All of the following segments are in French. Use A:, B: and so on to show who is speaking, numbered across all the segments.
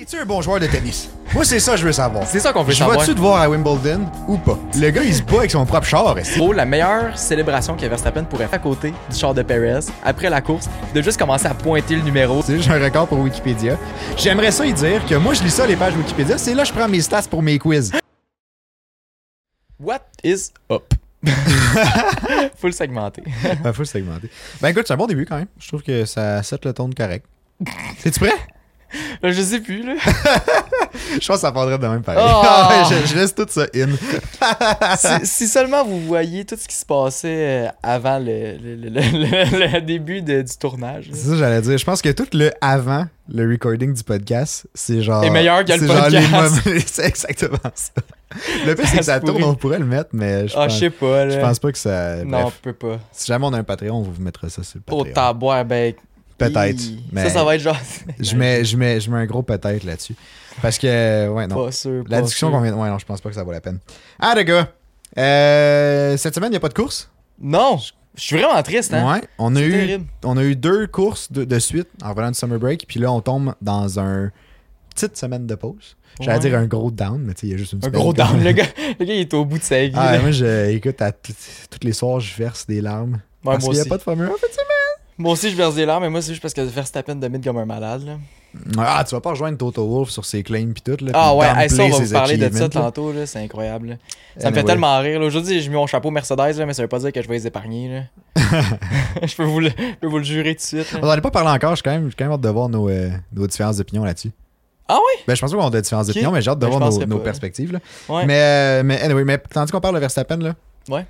A: Es-tu un bon joueur de tennis? Moi, c'est ça que je veux savoir.
B: C'est ça qu'on veut
A: Je
B: savoir.
A: vas-tu te voir à Wimbledon ou pas? Le gars, il se bat avec son propre char. est-ce que-
B: Oh, la meilleure célébration que Verstappen pourrait faire à côté du char de Perez après la course, de juste commencer à pointer le numéro.
A: C'est juste un record pour Wikipédia. J'aimerais ça y dire que moi, je lis ça, les pages Wikipédia. C'est là que je prends mes stats pour mes quiz.
B: What is up? Full segmenté.
A: Ben, faut se segmenter. Ben, écoute, c'est un bon début quand même. Je trouve que ça set le ton de correct. Es-tu prêt? Ben,
B: Là, je sais plus, là.
A: Je pense que ça prendrait de même pareil.
B: Oh!
A: Ah ouais, je, je laisse tout ça in.
B: si, si seulement vous voyez tout ce qui se passait euh, avant le, le- le- le- le- le début de- du tournage.
A: C'est ça que j'allais dire. Je pense que tout le avant, le recording du podcast, c'est genre.
B: Est meilleur que le
A: c'est genre les
B: podcast.
A: moments- c'est exactement ça. Le pire,
B: Ça
A: c'est que
B: se
A: ça tourne,
B: pourrit.
A: on pourrait le mettre, mais je
B: Ah, je
A: pense,
B: sais pas, là.
A: je pense pas que ça.
B: non, on
A: Bref,
B: peut pas.
A: si jamais on a un Patreon, on vous mettra ça sur le
B: Oh,
A: Patreon.
B: taboire, ben.
A: Peut-être,
B: hi.
A: mais-
B: Ça, ça va être genre.
A: je, mets, je, mets, je mets un gros peut-être là-dessus. Parce que, ouais, non.
B: Pas sûr.
A: La
B: pas
A: discussion
B: sûr.
A: qu'on vient. Ouais, non, je pense pas que ça vaut la peine. Ah, les gars, euh, cette semaine, il n'y a pas de course.
B: Non! Je suis vraiment triste, hein?
A: Ouais, on a,
B: C'est
A: eu,
B: terrible.
A: on a eu deux courses de, de suite en venant du summer break. Puis là, on tombe dans un petite semaine de pause. J'allais
B: Ouais.
A: dire un gros down, mais tu sais, il y a juste une
B: Un
A: semaine
B: gros
A: quand
B: down.
A: même.
B: Le gars, le gars, il est au bout de sa vie.
A: Ah,
B: là.
A: moi, je, écoute, à tout- tous les soirs, je verse des larmes.
B: Ouais,
A: parce qu'il
B: moi
A: n'y a
B: aussi.
A: pas de Formule 1, en fait, c'est-
B: Moi aussi, je verse des larmes, mais moi, c'est juste parce que Verstappen domine comme un malade. Là.
A: Ah, tu vas pas rejoindre Toto Wolf sur ses claims pis tout. Là,
B: Ah
A: puis
B: ouais,
A: downplay
B: hey, ça, on va
A: ses
B: vous parler de ça
A: achievements, là.
B: tantôt, là, c'est incroyable. là. Ça me
A: Anyway.
B: fait tellement rire. là. Aujourd'hui, j'ai mis mon chapeau Mercedes, là, mais ça veut pas dire que je vais les épargner. Là. je, peux vous le, je peux vous le jurer tout de suite. là.
A: On n'en a pas parlé encore, je suis quand même, j'ai quand même hâte de voir nos, euh, nos différences d'opinion là-dessus.
B: Ah ouais?
A: Ben, je pense pas qu'on a de différences
B: Ok.
A: d'opinion, mais j'ai hâte de
B: Ben, je
A: voir nos,
B: penserais
A: nos
B: pas.
A: perspectives. Là.
B: Ouais.
A: Mais, euh, mais, anyway, mais tandis qu'on parle de Verstappen, là,
B: Ouais.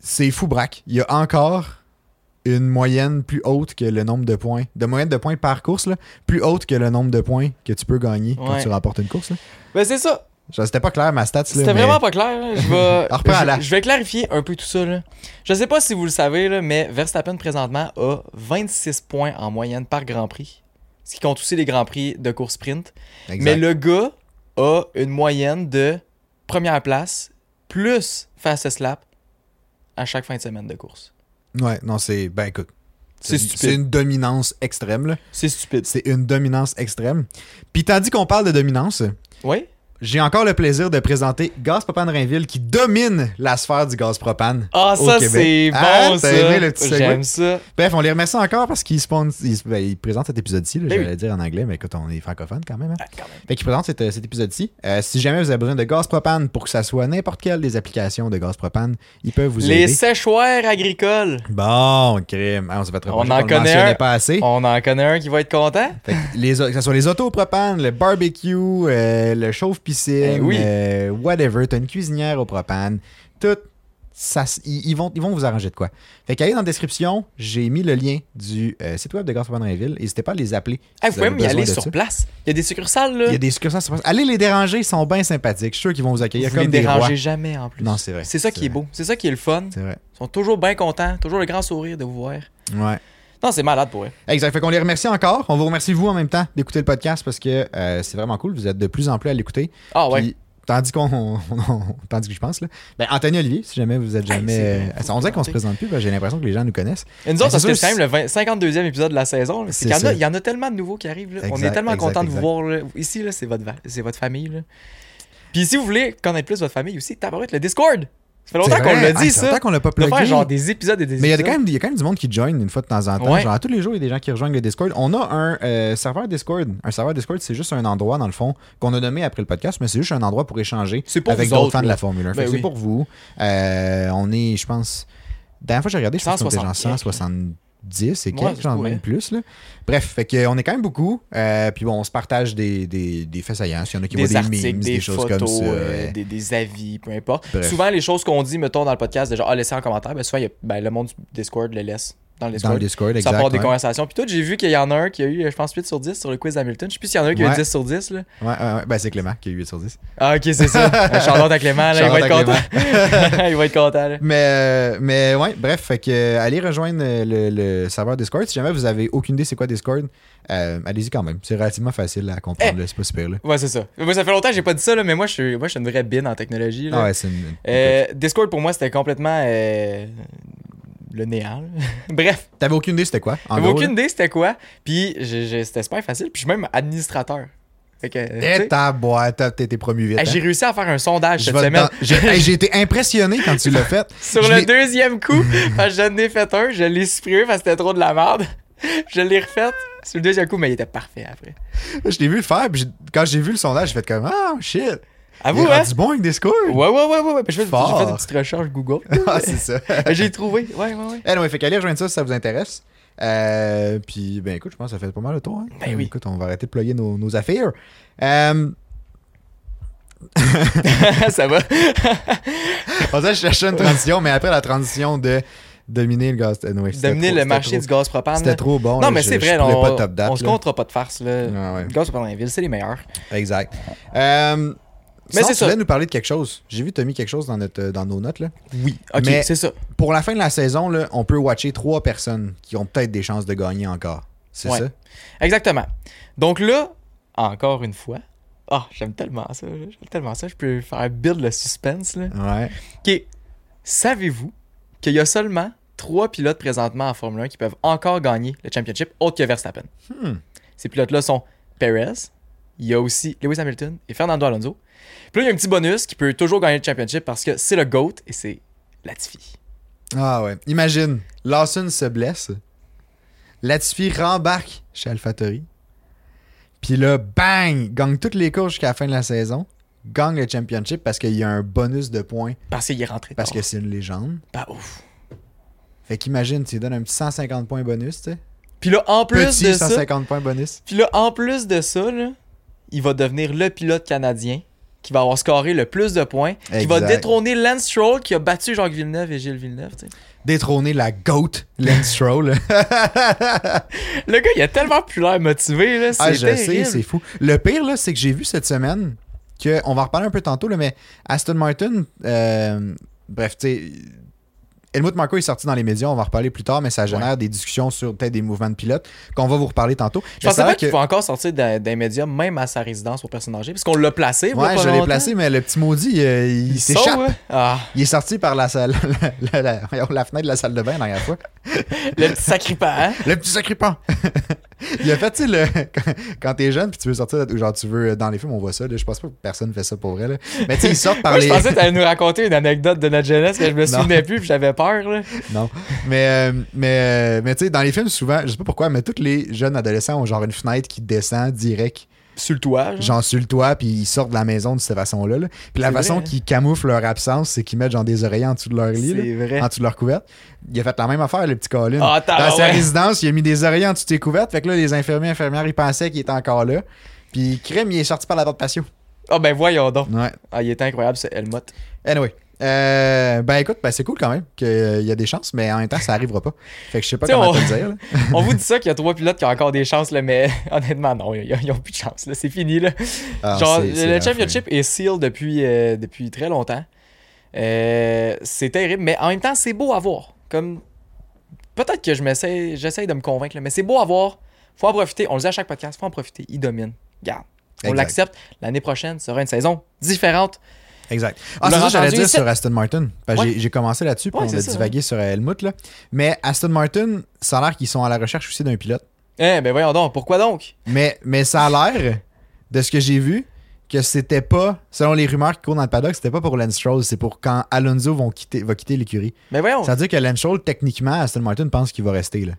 A: c'est fou braque. Il y a encore une moyenne plus haute que le nombre de points, de moyenne de points par course, là, plus haute que le nombre de points que tu peux gagner quand
B: Ouais.
A: tu remportes une course. là.
B: Ben, c'est ça.
A: Genre, C'était pas clair ma stats. là,
B: C'était
A: mais-
B: vraiment pas clair. là. Je vais,
A: On reprend à la-
B: je, je vais clarifier un peu tout ça. Là. Je sais pas si vous le savez, là, mais Verstappen présentement a 26 points en moyenne par Grand Prix. Ce qui compte aussi les Grands Prix de course sprint.
A: Exact.
B: Mais le gars a une moyenne de première place plus fastest lap à chaque fin de semaine de course.
A: Ouais, non, c'est. Ben écoute.
B: C'est
A: une-
B: stupide.
A: C'est une dominance extrême, là.
B: C'est stupide.
A: C'est une dominance extrême. Puis tandis qu'on parle de dominance,
B: Oui?
A: j'ai encore le plaisir de présenter Gaz Propane Rainville qui domine la sphère du gaz propane.
B: Ah,
A: au
B: ça,
A: Québec.
B: c'est bon,
A: Ah, t'as
B: ça.
A: aimé le petit segment?
B: J'aime ça.
A: Bref, on les remercie encore parce qu'ils sponsent- ils- ben, ils présentent cet épisode-ci. là,
B: Ben
A: J'allais dire en anglais, mais écoute, on est francophone quand même. hein.
B: Ah, quand même.
A: Fait qu'ils présentent cet, cet épisode-ci. Euh, si jamais vous avez besoin de gaz propane pour que ça soit n'importe quelle des applications de gaz propane, ils peuvent vous
B: Les
A: aider.
B: séchoirs agricoles.
A: Bon, crime. Ah, on se fait
B: On
A: reprocher
B: en
A: qu'on le
B: connaît
A: mentionnait
B: un.
A: pas assez.
B: On en connaît un qui va être content.
A: Fait que les, o- que ce soit les autos propane, le barbecue, euh, le chauffe-piscine,
B: Eh oui.
A: euh, whatever, t'as une cuisinière au propane, tout ça, s- ils, ils vont, ils vont vous arranger de quoi. Fait qu'allez dans la description, j'ai mis le lien du euh, site web de Gaz Propane Rainville. N'hésitez pas à les appeler.
B: Ah, vous
A: si
B: pouvez
A: avez
B: même y
A: besoin
B: aller
A: de
B: sur
A: ça.
B: place. Il y a des succursales, là.
A: Il y a des succursales sur place. Allez les déranger, ils sont bien sympathiques. Je suis sûr qu'ils vont vous accueillir
B: Vous
A: comme
B: les
A: des rois.
B: dérangez jamais, en plus.
A: Non, c'est vrai.
B: C'est ça qui est
A: vrai.
B: beau. C'est ça qui est le fun.
A: C'est vrai.
B: Ils sont toujours bien contents. Toujours le grand sourire de vous voir.
A: Ouais.
B: Non, c'est malade pour eux.
A: Exact. Fait qu'on les remercie encore. On vous remercie vous en même temps d'écouter le podcast parce que euh, c'est vraiment cool. Vous êtes de plus en plus à l'écouter.
B: Ah ouais.
A: Puis, tandis qu'on. on- on- tandis que je pense, là. Ben, Anthony Olivier, si jamais vous êtes
B: Hey,
A: jamais.
B: c'est vrai,
A: euh,
B: faut
A: on dirait qu'on se présente
B: présenter.
A: plus, ben, j'ai l'impression que les gens nous connaissent.
B: Et nous autres,
A: Ben,
B: parce
A: c'est
B: que
A: sûr,
B: c'est quand même le 20 52e épisode de la saison. là. C'est
A: C'est
B: qu'il y en a-
A: ça.
B: Il y, en a tellement de nouveaux qui arrivent. là. On
A: Exact,
B: est tellement
A: exact,
B: content de
A: exact.
B: vous voir. là. Ici, là, c'est votre, va- c'est votre famille. là. Puis si vous voulez connaître plus votre famille aussi, tabarouette, le Discord. Ça fait longtemps
A: C'est
B: qu'on
A: vrai.
B: l'a dit,
A: Hey,
B: ça.
A: longtemps qu'on l'a pas
B: De
A: plugué.
B: faire genre des épisodes et des
A: Mais il y, a
B: épisodes.
A: quand même, il y a quand même du monde qui join une fois de temps en temps.
B: Ouais.
A: Genre, à tous les jours, il y a des gens qui rejoignent le Discord. On a un euh, serveur Discord. Un serveur Discord, c'est juste un endroit, dans le fond, qu'on a nommé après le podcast, mais c'est juste un endroit pour échanger
B: C'est pour
A: avec
B: vous
A: d'autres
B: autres,
A: fans de
B: là.
A: la Formule 1. Fait
B: Ben
A: que
B: oui.
A: C'est pour vous. Euh, on est, je pense. Dernière fois que j'ai regardé, je pense qu'on était genre
B: 160
A: 170 et
B: Ouais,
A: quelques,
B: ça
A: genre
B: pourrait.
A: même plus. Là. Bref, fait que on est quand même beaucoup. Euh, puis bon, on se partage des, des, des faits saillants. Il y en a qui
B: des
A: voient des
B: articles,
A: memes,
B: des,
A: des, choses
B: photos,
A: comme ça.
B: euh, des, des avis, peu importe.
A: Bref.
B: Souvent, les choses qu'on dit, mettons, dans le podcast, déjà, ah, laissez en commentaire, ben, souvent, il y a- ben, le monde du Discord le laisse dans le
A: dans
B: Discord.
A: le Discord, exact.
B: ça part des
A: ouais.
B: conversations. Puis tout, j'ai vu qu'il y en a un qui a eu, je pense, 8 sur 10 sur le quiz Hamilton. Je sais plus s'il y en a un qui a
A: Ouais.
B: eu 10 sur 10. Là.
A: Ouais, ouais, ouais. Ben, c'est Clément qui a eu 8 sur 10.
B: Ah, ok, c'est ça. Un Charlotte à Clément, là, il va être
A: Shout-out à
B: content. il va être content. là.
A: Mais, euh, mais ouais, bref, fait que euh, allez rejoindre euh, le, le serveur Discord. Si jamais vous avez aucune idée c'est quoi Discord, euh, allez-y quand même. C'est relativement facile à
B: Eh!
A: comprendre, là, c'est pas super là.
B: Ouais, c'est ça. Moi, ça fait longtemps que j'ai pas dit ça, là, mais moi, je suis, moi, je suis une vraie bine en technologie. là.
A: Ah ouais, c'est une-
B: Euh, Discord, pour moi, c'était complètement euh, le néant. là. Bref,
A: T'avais aucune idée c'était quoi? En
B: j'avais
A: gros,
B: aucune
A: là?
B: idée c'était quoi. Puis j'ai- j'ai- c'était super facile. Puis je suis même administrateur. Fait que, tu sais,
A: Eh, ta boîte, t'as- t'as été promu vite.
B: hey,
A: hein?
B: j'ai réussi à faire un sondage
A: Je
B: cette
A: vais
B: semaine.
A: dedans. J'ai hey, j'ai été impressionné quand tu l'as fait.
B: Sur
A: Je
B: le
A: l'ai-
B: deuxième coup, parce que j'en ai fait un, je l'ai supprimé parce que c'était trop de la merde. Je l'ai refait sur le deuxième coup, mais il était parfait après.
A: Je l'ai vu le faire, puis j'ai- quand j'ai vu le sondage, j'ai fait comme Ah, shit!
B: À
A: il
B: vous,
A: est
B: hein?
A: rendu bon avec des scores!
B: Ouais, ouais, ouais, ouais. ouais. Puis Je fais, j'ai
A: Fort.
B: fait une petite recherche Google.
A: ah, c'est ça.
B: j'ai trouvé. Ouais, ouais, ouais.
A: Anyway, fait qu'allez rejoindre ça si ça vous intéresse. Euh, puis, ben écoute, je pense que ça fait pas mal le tour. hein.
B: Ben oui.
A: Écoute, on va arrêter de plugger nos, nos affaires. Euh,
B: ça va.
A: on dirait que je cherchais une transition, mais après la transition de dominer le gaz. anyway, c'était
B: Dominer
A: trop-
B: le
A: c'était
B: marché
A: trop-
B: du gaz propane. là.
A: C'était trop bon.
B: Non,
A: là,
B: mais
A: je-
B: c'est
A: je
B: vrai,
A: pourrais
B: on,
A: pas top date,
B: on se
A: là.
B: comptera pas de farce. Là.
A: Ah ouais.
B: Le gaz propane dans les villes, c'est les meilleurs.
A: Exact. Euh,
B: Mais
A: mais
B: c'est
A: c'est tu
B: ça.
A: voulais nous parler de quelque chose. J'ai vu, t'as mis quelque chose dans, notre, euh, dans nos notes. Là.
B: Oui, ok,
A: Mais-
B: c'est ça.
A: Pour la fin de la saison, là, on peut watcher trois personnes qui ont peut-être des chances de gagner encore. C'est
B: Ouais.
A: ça?
B: Exactement. Donc là, encore une fois. Ah, j'aime tellement ça. J'aime tellement ça. Je peux faire build le suspense. Là.
A: Ouais.
B: Ok. Savez-vous qu'il y a seulement trois pilotes présentement en Formule 1 qui peuvent encore gagner le championship autre que Verstappen?
A: Hmm.
B: Ces pilotes-là sont Perez, il y a aussi Lewis Hamilton et Fernando Alonso. Puis là, il y a un petit bonus qui peut toujours gagner le championship parce que c'est le GOAT et c'est Latifi.
A: Ah ouais. Imagine, Lawson se blesse. Latifi rembarque chez AlphaTauri. Puis là, bang! Gagne toutes les courses jusqu'à la fin de la saison. Gagne le championship parce qu'il y a un bonus de points
B: Parce qu'il est rentré.
A: parce
B: tard.
A: que c'est une légende.
B: Bah, ouf.
A: Fait qu'imagine, tu lui donnes un petit 150 points bonus, tu sais.
B: Puis là, en plus
A: Petit
B: de ça,
A: 150 points bonus.
B: puis là, en plus de ça, là, il va devenir le pilote canadien qui va avoir scoré le plus de points, qui va
A: Exact.
B: détrôner Lance Stroll qui a battu Jacques Villeneuve et Gilles Villeneuve. tu sais.
A: Détrôner la GOAT, Lance Stroll.
B: Le gars, il a tellement plus l'air motivé. Là, c'est
A: ah, je sais,
B: terrible.
A: c'est fou. Le pire, là, c'est que j'ai vu cette semaine que, on va en reparler un peu tantôt, là, mais Aston Martin, euh, bref, tu sais, Helmut Marko est sorti dans les médias, on va en reparler plus tard, mais ça génère des discussions sur peut-être des mouvements de pilotes qu'on va vous reparler tantôt.
B: Je
A: Mais
B: pensais
A: c'est vrai
B: pas qu'il pouvait encore sortir d'un d'un média, même à sa résidence aux personnes âgées, parce qu'on l'a placé. voilà,
A: Ouais,
B: pas
A: je l'ai
B: longtemps.
A: placé, mais le petit maudit, euh, il,
B: Il
A: s'échappe.
B: sort, ouais. Ah,
A: Il est sorti par la, salle, la, la- la- la fenêtre de la salle de bain la dernière fois.
B: le petit sacripant. hein.
A: Le petit sacripant. il a fait, tu sais, le- quand, quand t'es jeune, puis tu veux sortir, ou genre tu veux, euh, dans les films, on voit ça, là, je pense pas que personne fait ça pour vrai, là. Mais tu sais, ils sortent par
B: Moi,
A: les.
B: Je pensais que t'allais nous raconter une anecdote de notre jeunesse que je me
A: Non.
B: souvenais plus, puis j'avais peur. Là.
A: Non. Mais, euh, mais, euh, mais tu sais, dans les films, souvent, je sais pas pourquoi, mais tous les jeunes adolescents ont genre une fenêtre qui descend direct,
B: Sur le toit. Ah, genre.
A: genre sur le toit, puis ils sortent de la maison de cette façon-là. là. Puis la
B: C'est vrai,
A: façon
B: hein?
A: qu'ils camouflent leur absence, c'est qu'ils mettent genre des oreillers en dessous de leur lit, là,
B: C'est vrai.
A: en dessous de leur couverte. Il a fait la même affaire, le petit Colin.
B: Ah,
A: dans sa
B: tabarouette.
A: résidence, il a mis des oreillers en dessous des couvertes. Fait que là, les infirmiers infirmières, ils pensaient qu'il était encore là. Puis Crème, il est sorti par la porte patio.
B: Ah, ben voyons donc.
A: Ouais.
B: Ah, il était incroyable, ce Helmut.
A: Anyway. Euh, ben écoute, ben c'est cool quand même qu'il y a des chances, mais en même temps, ça arrivera pas. Fait que je sais pas
B: T'sais,
A: comment
B: on-
A: te le dire. là.
B: On vous dit ça qu'il y a trois pilotes qui ont encore des chances, là, mais honnêtement, non, ils ils ont plus de chance. là. C'est fini. Là.
A: Ah,
B: Genre,
A: c'est- c'est
B: le
A: la fin.
B: championship est seal depuis, euh, depuis très longtemps. Euh, c'est terrible, mais en même temps, c'est beau à voir. Comme peut-être que je m'essaie, j'essaye de me convaincre, là, mais c'est beau à voir. Faut en profiter. On le dit à chaque podcast, faut en profiter. Il domine. Garde. On
A: Exact.
B: l'accepte. L'année prochaine sera une saison différente.
A: Exact. Ah,
B: Vous
A: c'est ça
B: l'aurez
A: que j'allais
B: entendu
A: dire
B: ici?
A: sur Aston Martin. Parce que
B: Ouais.
A: j'ai- J'ai commencé là-dessus, puis
B: Ouais,
A: on
B: c'est
A: a
B: ça,
A: divagué sur Helmut. Là. Mais Aston Martin, ça a l'air qu'ils sont à la recherche aussi d'un pilote.
B: Eh ben voyons donc. Pourquoi donc
A: Mais, mais ça a l'air, de ce que j'ai vu, que c'était pas, selon les rumeurs qui courent dans le paddock, c'était pas pour Lance Stroll, c'est pour quand Alonso vont quitter, va quitter l'écurie.
B: Mais Ben voyons.
A: Ça veut dire que Lance Stroll, techniquement, Aston Martin pense qu'il va rester. Là.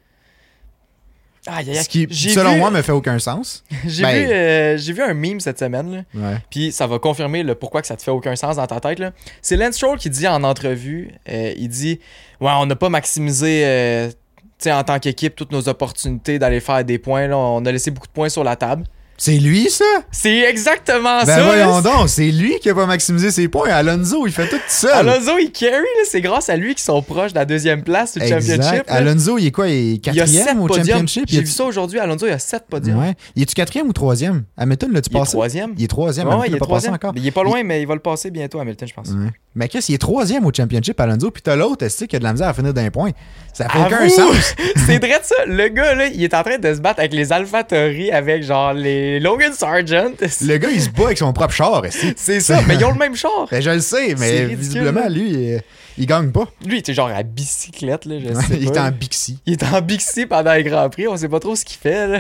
B: Aïe, aïe, aïe.
A: Ce qui,
B: J'ai
A: selon
B: vu-
A: moi, me fait aucun sens.
B: j'ai
A: ben-
B: vu, euh, j'ai vu un meme cette semaine. là.
A: Ouais.
B: Puis ça va confirmer le pourquoi que ça te fait aucun sens dans ta tête. là. C'est Lance Stroll qui dit en entrevue, euh, il dit Ouais, on n'a pas maximisé euh, tu sais, en tant qu'équipe toutes nos opportunités d'aller faire des points. là. On a laissé beaucoup de points sur la table.
A: C'est lui, ça?
B: C'est exactement
A: ben
B: Ah, ça.
A: voyons
B: là.
A: donc, c'est lui qui a pas maximisé ses points. Alonso, il fait tout seul.
B: Alonso et Carey, là, c'est grâce à lui qu'ils sont proches de la deuxième place du
A: Exact.
B: championship. là.
A: Alonso, il est quoi? Il est
B: il y a
A: quatrième
B: sept
A: au
B: podiums.
A: championship?
B: J'ai
A: Il
B: vu ça aujourd'hui. Alonso, il a sept
A: est
B: podiums.
A: ouais. Il est-tu quatrième ou troisième? Hamilton, l'as-tu
B: Il est
A: passé?
B: troisième.
A: Il est troisième.
B: Ouais,
A: Hamilton
B: il
A: l'a pas
B: est
A: passé
B: troisième.
A: encore.
B: Il est pas loin, mais il va le passer bientôt, Hamilton, je pense.
A: Ouais. Mais qu'est-ce, il est troisième au Championship, Alonso, puis t'as l'autre, est-ce qui a de la misère à finir d'un point? Ça fait aucun
B: Avoue!
A: sens.
B: C'est vrai de ça. Le gars, là, il est en train de se battre avec les AlphaTauri, avec genre les Logan Sargent.
A: Le gars, il se bat avec son propre char, est
B: C'est ça, mais ils ont le même char.
A: je le sais,
B: C'est
A: mais
B: ridicule, hein?
A: visiblement,
B: là.
A: lui, il, il gagne pas.
B: Lui, il était genre à bicyclette, là, je sais
A: il est
B: pas.
A: en Bixi.
B: Il est en Bixi pendant les Grands Prix, on sait pas trop ce qu'il fait, là.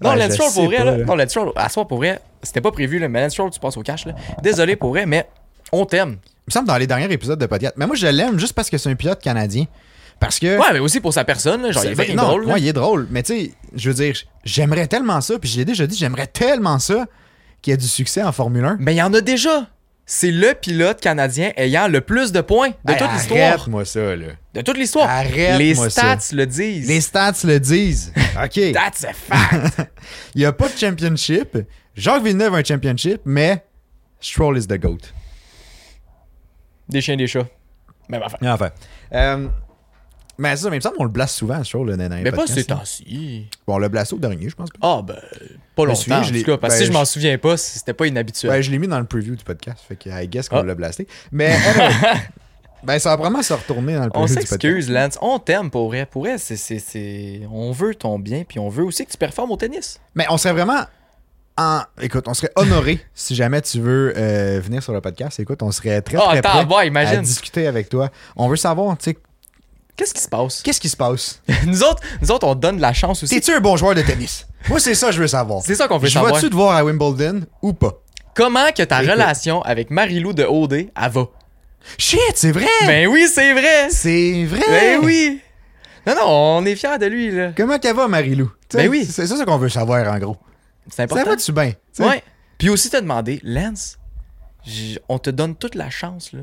B: Non,
A: Ouais,
B: Lance
A: je
B: Stroll, pour
A: sais
B: vrai,
A: pas,
B: là.
A: là.
B: Non, Lance Stroll, à soir, pour vrai, c'était pas prévu, là, mais Lance Stroll, tu passes au cash, là. Désolé pour vrai, mais on t'aime.
A: Il me semble dans les derniers épisodes de podcast. Mais moi, je l'aime juste parce que c'est un pilote canadien. Parce que.
B: Ouais, mais aussi pour sa personne, là, genre, il est
A: C'est-
B: fucking
A: non,
B: drôle, hein? là.
A: ouais, il est drôle. Mais tu sais, je veux dire, j'aimerais tellement ça, puis je l'ai déjà dit, j'aimerais tellement ça qu'il y ait du succès en Formule 1.
B: Mais il y en a déjà. C'est le pilote canadien ayant le plus de points de
A: Hey,
B: toute l'histoire.
A: Arrête-moi ça, là.
B: De toute l'histoire.
A: Arrête-moi
B: Les
A: ça.
B: stats le disent.
A: Les stats le disent. OK. Il
B: That's a fact.
A: n'y a pas de championship. Jacques Villeneuve a un championship, mais Stroll is the GOAT.
B: des chiens, des chats. Même affaire.
A: Enfin. Euh, mais c'est ça, mais il me semble qu'on le blasse souvent, Stroll, là, dans les
B: Mais pas
A: podcasts, hein.
B: ces
A: là.
B: temps-ci.
A: Bon, on l'a blassé au dernier, je pense. pas.
B: Ah, ben, pas longtemps.
A: souviens,
B: en
A: je
B: tout
A: l'ai-
B: cas, parce que
A: ben,
B: si je m'en
A: je-
B: souviens pas, c'était pas inhabituel.
A: Ben, je l'ai mis dans le preview du podcast, fait que I guess qu'on
B: Ah.
A: l'a blasté. Mais anyway, ben, ça va vraiment se retourner dans le
B: on
A: preview du podcast.
B: s'excuse, Lance. On t'aime pour vrai. Pour vrai, c'est, c'est, c'est- on veut ton bien, puis on veut aussi que tu performes au tennis.
A: Mais on serait vraiment en. Écoute, on serait honoré si jamais tu veux euh, venir sur le podcast. Écoute, on serait très,
B: Ah,
A: très
B: attends,
A: prêt
B: ouais,
A: à
B: imagine.
A: discuter avec toi. On veut savoir, tu sais,
B: Qu'est-ce qui se passe?
A: qu'est-ce qui se passe?
B: nous, autres, nous autres, on donne de la chance aussi.
A: T'es-tu un bon joueur de tennis? Moi, c'est ça que je veux savoir.
B: C'est ça qu'on veut
A: Je
B: savoir.
A: vas-tu te voir à Wimbledon ou pas?
B: Comment que ta
A: Écoute.
B: relation avec Marilou de OD, elle va?
A: Shit, c'est vrai!
B: Ben oui, c'est vrai!
A: C'est vrai!
B: Ben oui! Non, non, on est fiers de lui, là.
A: Comment qu'elle va, Marie-Lou? Tu sais,
B: Ben oui.
A: C'est ça ce qu'on veut savoir, en gros.
B: C'est
A: Ça
B: important.
A: va-tu bien? Tu sais,
B: Ouais. Puis aussi, t'as demandé, Lance, j- on te donne toute la chance, là.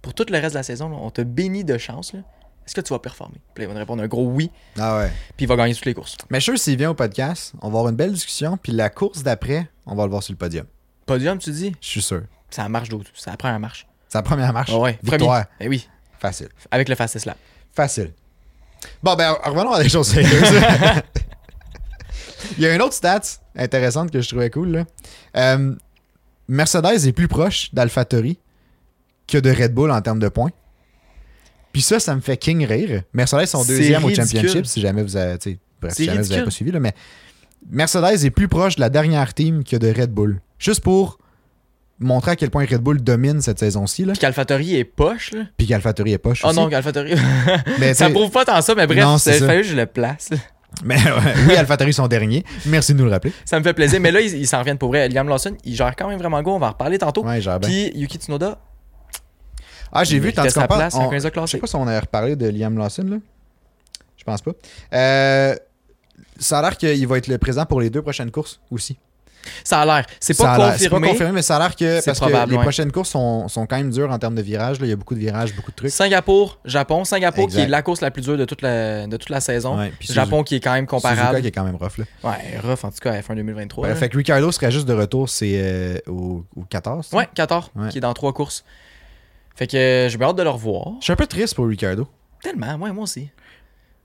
B: Pour tout le reste de la saison, là, on te bénit de chance, là. Est-ce que tu vas performer? Puis là, il va te répondre un gros oui,
A: Ah ouais.
B: puis il va gagner toutes les courses.
A: Mais je suis sûr, s'il vient au podcast, on va avoir une belle discussion, puis la course d'après, on va le voir sur le podium.
B: Podium, tu dis?
A: Je suis sûr.
B: C'est la marche d'autre. C'est la première marche.
A: C'est la première marche.
B: Ah ouais,
A: Victoire.
B: premier. Ben oui,
A: Facile.
B: avec le fastest lap.
A: Facile. Bon, ben, revenons à des choses sérieuses. Il y a une autre stat intéressante que je trouvais cool. Là. Euh, Mercedes est plus proche d'AlphaTauri que de Red Bull en termes de points. Puis ça, ça me fait king rire. Mercedes sont
B: C'est
A: deuxième au
B: ridicule.
A: championship, si jamais vous avez, tu sais, bref,
B: C'est
A: si jamais vous avez
B: ridicule.
A: pas suivi. Là, mais Mercedes est plus proche de la dernière team que de Red Bull. Juste pour montrer à quel point Red Bull domine cette saison-ci, là,
B: Puis qu'AlphaTauri est poche, là.
A: puis qu'AlphaTauri est poche
B: Oh
A: aussi.
B: non, qu'AlphaTauri.
A: Mais tu
B: ça
A: sais-
B: prouve pas tant ça, mais bref,
A: Non,
B: ça-
A: c'est
B: il
A: ça.
B: fallait que je le place. là.
A: Mais ouais, oui, AlphaTauri sont derniers. Merci de nous le rappeler.
B: Ça me fait plaisir. mais là, ils ils s'en reviennent pour vrai. Liam Lawson, il gère quand même vraiment go. On va en reparler tantôt.
A: Ouais, genre, ben.
B: Oh, Puis Yuki Tsunoda,
A: Ah, j'ai
B: il
A: vu,
B: méritait
A: tandis qu'on
B: sa
A: parle.
B: place,
A: on-
B: un 15e
A: Je sais
B: classé.
A: pas si on a reparlé de Liam Lawson, là. Je pense pas. Euh, ça a l'air qu'il va être le présent pour les deux prochaines courses aussi.
B: Ça a l'air. C'est
A: Ça
B: pas
A: a l'air- C'est pas
B: confirmé.
A: confirmé, mais ça a l'air que.
B: C'est
A: Parce que
B: probable,
A: les
B: ouais.
A: prochaines courses sont, sont quand même dures en termes de virages. là. Il y a beaucoup de virages, beaucoup de trucs.
B: Singapour, Japon. Singapour qui
A: Exact.
B: est la course la plus dure de toute la, de toute la saison.
A: Ouais, puis
B: Japon qui est quand même
A: Suzuka
B: comparable.
A: qui est quand même rough. Là.
B: Ouais, rough en tout cas à F1 2023.
A: Ouais,
B: là.
A: fait que Ricardo serait juste de retour, c'est euh, au, au 14. ça?
B: Ouais, 14
A: Ouais.
B: qui est dans trois courses. Fait que euh, j'ai bien hâte de le revoir.
A: Je suis un peu triste pour Ricardo.
B: Tellement, ouais, moi aussi.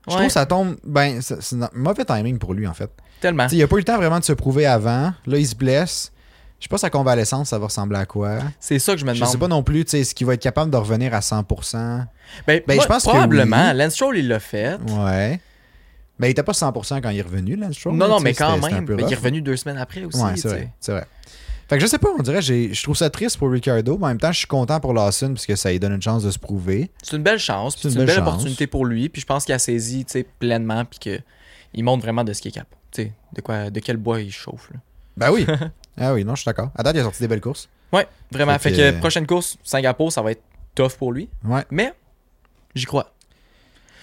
A: Je
B: Ouais,
A: trouve que ça tombe. Ben, c'est c'est un mauvais timing pour lui, en fait.
B: Tellement.
A: T'sais, il a pas eu le temps vraiment de se prouver avant. Là, il se blesse. Je sais pas sa convalescence, ça va ressembler à quoi.
B: C'est ça que je me
A: Je
B: demande.
A: sais pas non plus, tu sais, est-ce qu'il va être capable de revenir à 100%.
B: Ben,
A: Ben,
B: moi,
A: je pense que
B: probablement. Lance Stroll, il l'a fait.
A: Ouais. Mais il était pas 100% quand il est revenu, là, je trouve.
B: Non,
A: là,
B: non,
A: t'sais,
B: mais quand
A: c'était- c'était
B: même.
A: un peu
B: Mais il est
A: rough.
B: revenu deux semaines après aussi.
A: Ouais,
B: tu
A: c'est
B: sais.
A: vrai, c'est vrai. Fait que je sais pas, on dirait, j'ai- je trouve ça triste pour Ricardo, mais en même temps, je suis content pour Lawson parce que ça lui donne une chance de se prouver.
B: C'est une belle chance. puis C'est une, belle,
A: chance.
B: opportunité pour lui. Puis je pense qu'il a saisi tu sais, pleinement. Puis qu'il montre vraiment de ce qu'il est capable. Tu sais, de, quoi, de quel bois il chauffe. là.
A: Ben oui. ah oui, non, je suis d'accord. À date, il a sorti des belles courses.
B: Ouais, vraiment.
A: Fait
B: Fait,
A: que-
B: que prochaine course, Singapour, ça va être tough pour lui.
A: Ouais.
B: Mais j'y crois.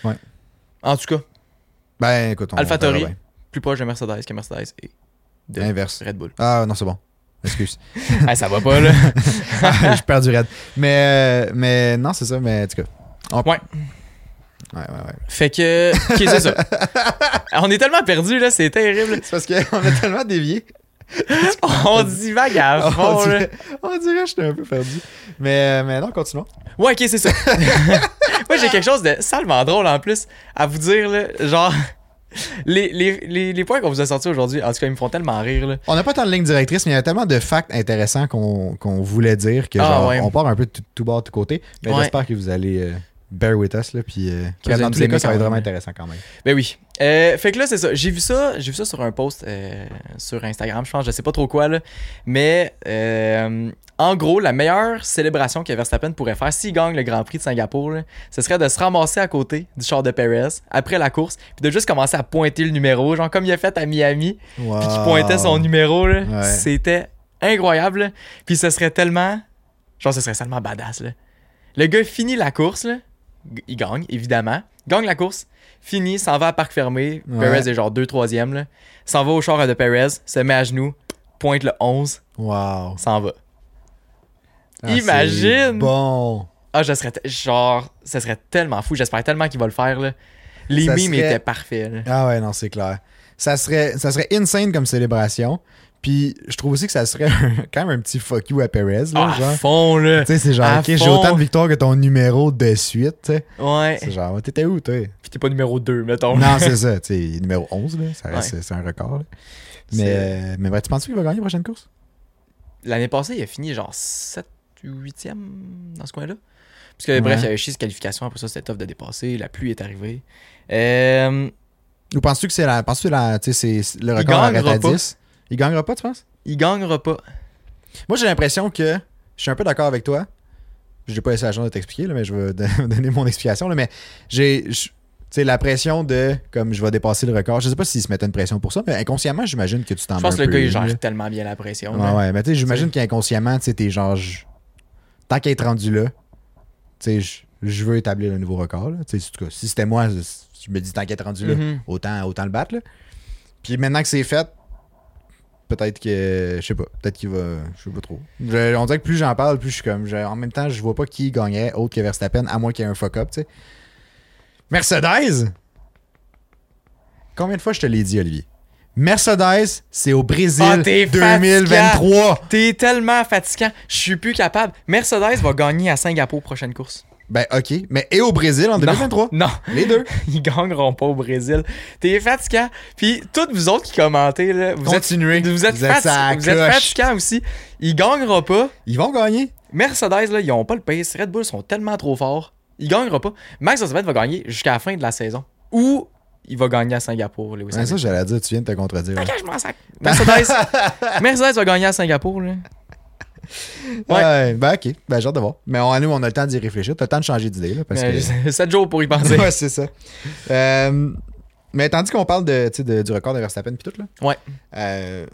A: Ouais.
B: En tout cas,
A: Ben écoute, on
B: AlphaTauri.
A: verra bien.
B: plus proche de Mercedes que Mercedes et de
A: L'inverse.
B: Red Bull.
A: Ah non, c'est bon. Excuse.
B: Ah, ça va pas, là.
A: je perds du raid. Mais, euh, mais non, c'est ça, mais en tout cas. on-
B: Ouais.
A: Ouais, ouais, ouais.
B: Fait que. Ok, c'est ça. On est tellement perdus, là, c'est terrible.
A: C'est parce qu'on a tellement dévié.
B: On divague à
A: Ah, on,
B: fond, là.
A: dirait, on dirait que j'étais un peu perdu. Mais, euh, mais non, continuons.
B: Ouais, ok, c'est ça. Moi, j'ai quelque chose de salement drôle en plus à vous dire, là. Genre, les, les, les, les points qu'on vous a sortis aujourd'hui, en tout cas, ils me font tellement rire. Là.
A: On n'a pas tant de lignes directrices, mais il y a tellement de facts intéressants qu'on qu'on voulait dire que
B: Ah,
A: genre,
B: ouais.
A: on part un peu de tout, tout bord, tout côté. Mais
B: Ouais.
A: j'espère que vous allez euh, bear with us. Là, puis, euh,
B: Que vous allez
A: dans
B: nous
A: tous les cas,
B: aimer
A: ça va être
B: quand
A: vraiment
B: même.
A: intéressant quand même.
B: Ben oui. Euh, fait que là, c'est ça. J'ai vu ça, j'ai vu ça sur un post euh, sur Instagram, je pense, je sais pas trop quoi, là. Mais euh, en gros, la meilleure célébration que Verstappen pourrait faire s'il gagne le Grand Prix de Singapour, là, ce serait de se ramasser à côté du char de Perez après la course, puis de juste commencer à pointer le numéro, genre comme il a fait à Miami, puis qui pointait son numéro, là.
A: Ah. Ouais.
B: C'était incroyable, là. Puis ce serait tellement. Genre, ce serait tellement badass, là. Le gars finit la course, là. G- Il gagne, évidemment. Gagne la course, finit, s'en va à parc fermé.
A: Ouais.
B: Perez est genre 2-3e, là. S'en va au char de Perez, se met à genoux, pointe le 11,
A: Wow.
B: s'en va.
A: Ah, c'est
B: Imagine!
A: Bon.
B: Ah, je serais. te- Genre, ce serait tellement fou. J'espère tellement qu'il va le faire, là. Les
A: Ça
B: mimes
A: serait-
B: étaient parfaits, là.
A: Ah ouais, non, c'est clair. Ça serait, ça serait insane comme célébration. Puis je trouve aussi que ça serait quand même un petit fuck you à Perez. Là,
B: Ah, à
A: genre.
B: fond, là.
A: Tu sais, c'est genre,
B: à
A: ok, j'ai
B: fond.
A: autant de victoires que ton numéro de suite. tu sais.
B: Ouais.
A: C'est genre, t'étais où, toi?
B: Puis t'es pas numéro 2, mettons.
A: Non, c'est ça. Tu sais, il est numéro 11, là, ça reste- c'est un record. là. Mais,
B: C'est-
A: euh, mais bref, tu penses qu'il va gagner la prochaine course?
B: L'année passée, il a fini genre 7 8e dans ce coin-là. Parce que
A: Ouais.
B: bref, il y avait chier de qualification, après ça, c'était tough de dépasser, la pluie est arrivée. Euh,
A: Ou penses-tu que c'est la, penses-tu la, tu sais, c'est le record
B: gagnera
A: arrête à
B: pas.
A: 10? Il gagnera pas, tu penses?
B: il gagnera pas.
A: Ah, Moi, j'ai l'impression que je suis un peu d'accord avec toi. Je n'ai pas laissé la chance de t'expliquer, là, mais je vais don- donner mon explication. là, mais j'ai je- tu sais, la pression de comme je vais dépasser le record. Je sais pas s'il se mettait une pression pour ça, mais inconsciemment, j'imagine que tu t'en
B: Je
A: mets
B: pense
A: ben, un
B: que
A: peu
B: le gars, il
A: une,
B: gère
A: là.
B: tellement bien la pression.
A: Ouais,
B: là.
A: ouais, mais tu sais, j'imagine
B: Tu
A: qu'inconsciemment, tu sais, t'es genre. je- Tant qu'à être rendu là, tu sais, je- je veux établir un nouveau record. là. Tu sais, en tout cas, si c'était moi, je je me dis tant qu'à être rendu là,
B: Mhm.
A: autant, autant le battre. là. Puis maintenant que c'est fait, peut-être que. Je sais pas. Peut-être qu'il va. Je sais pas trop. Je- on dirait que plus j'en parle, plus je suis comme. je- en même temps, je vois pas qui gagnerait autre que Verstappen, à moins qu'il y ait un fuck-up, tu sais. Mercedes Combien de fois je te l'ai dit, Olivier Mercedes, c'est au Brésil
B: Ah, t'es
A: 2023.
B: T'es tellement fatigant, je suis plus capable. Mercedes va gagner à Singapour prochaine course.
A: Ben, ok. Mais et au Brésil en 2023.
B: Non,
A: Les deux.
B: ils gagneront pas au Brésil. T'es fatigant. Puis toutes vous autres qui commentez, là, vous êtes,
A: Continuez.
B: vous êtes, fati-
A: à la
B: vous êtes
A: coche.
B: fatigants aussi. Il gagnera pas.
A: Ils vont gagner.
B: Mercedes, là, ils ont pas le pace. Red Bull sont tellement trop forts. Il gagnera pas. Max Verstappen va gagner jusqu'à la fin de la saison. Ou il va gagner à Singapour. Lewis
A: Ouais, Ben, ça,
B: Hamilton.
A: j'allais dire, tu viens de te contredire.
B: Ok, je m'en sac. Mercedes, Mercedes va gagner à Singapour. Là.
A: Ouais. ben, ok. Ben, j'ai hâte de voir. Mais on, nous, on a le temps d'y réfléchir. T'as le temps de changer d'idée, là. Parce que...
B: 7 Euh, jours pour y penser.
A: ouais, c'est ça. Euh, mais tandis qu'on parle de, tu sais, de- du record de Verstappen puis tout, là.
B: Ouais.
A: euh,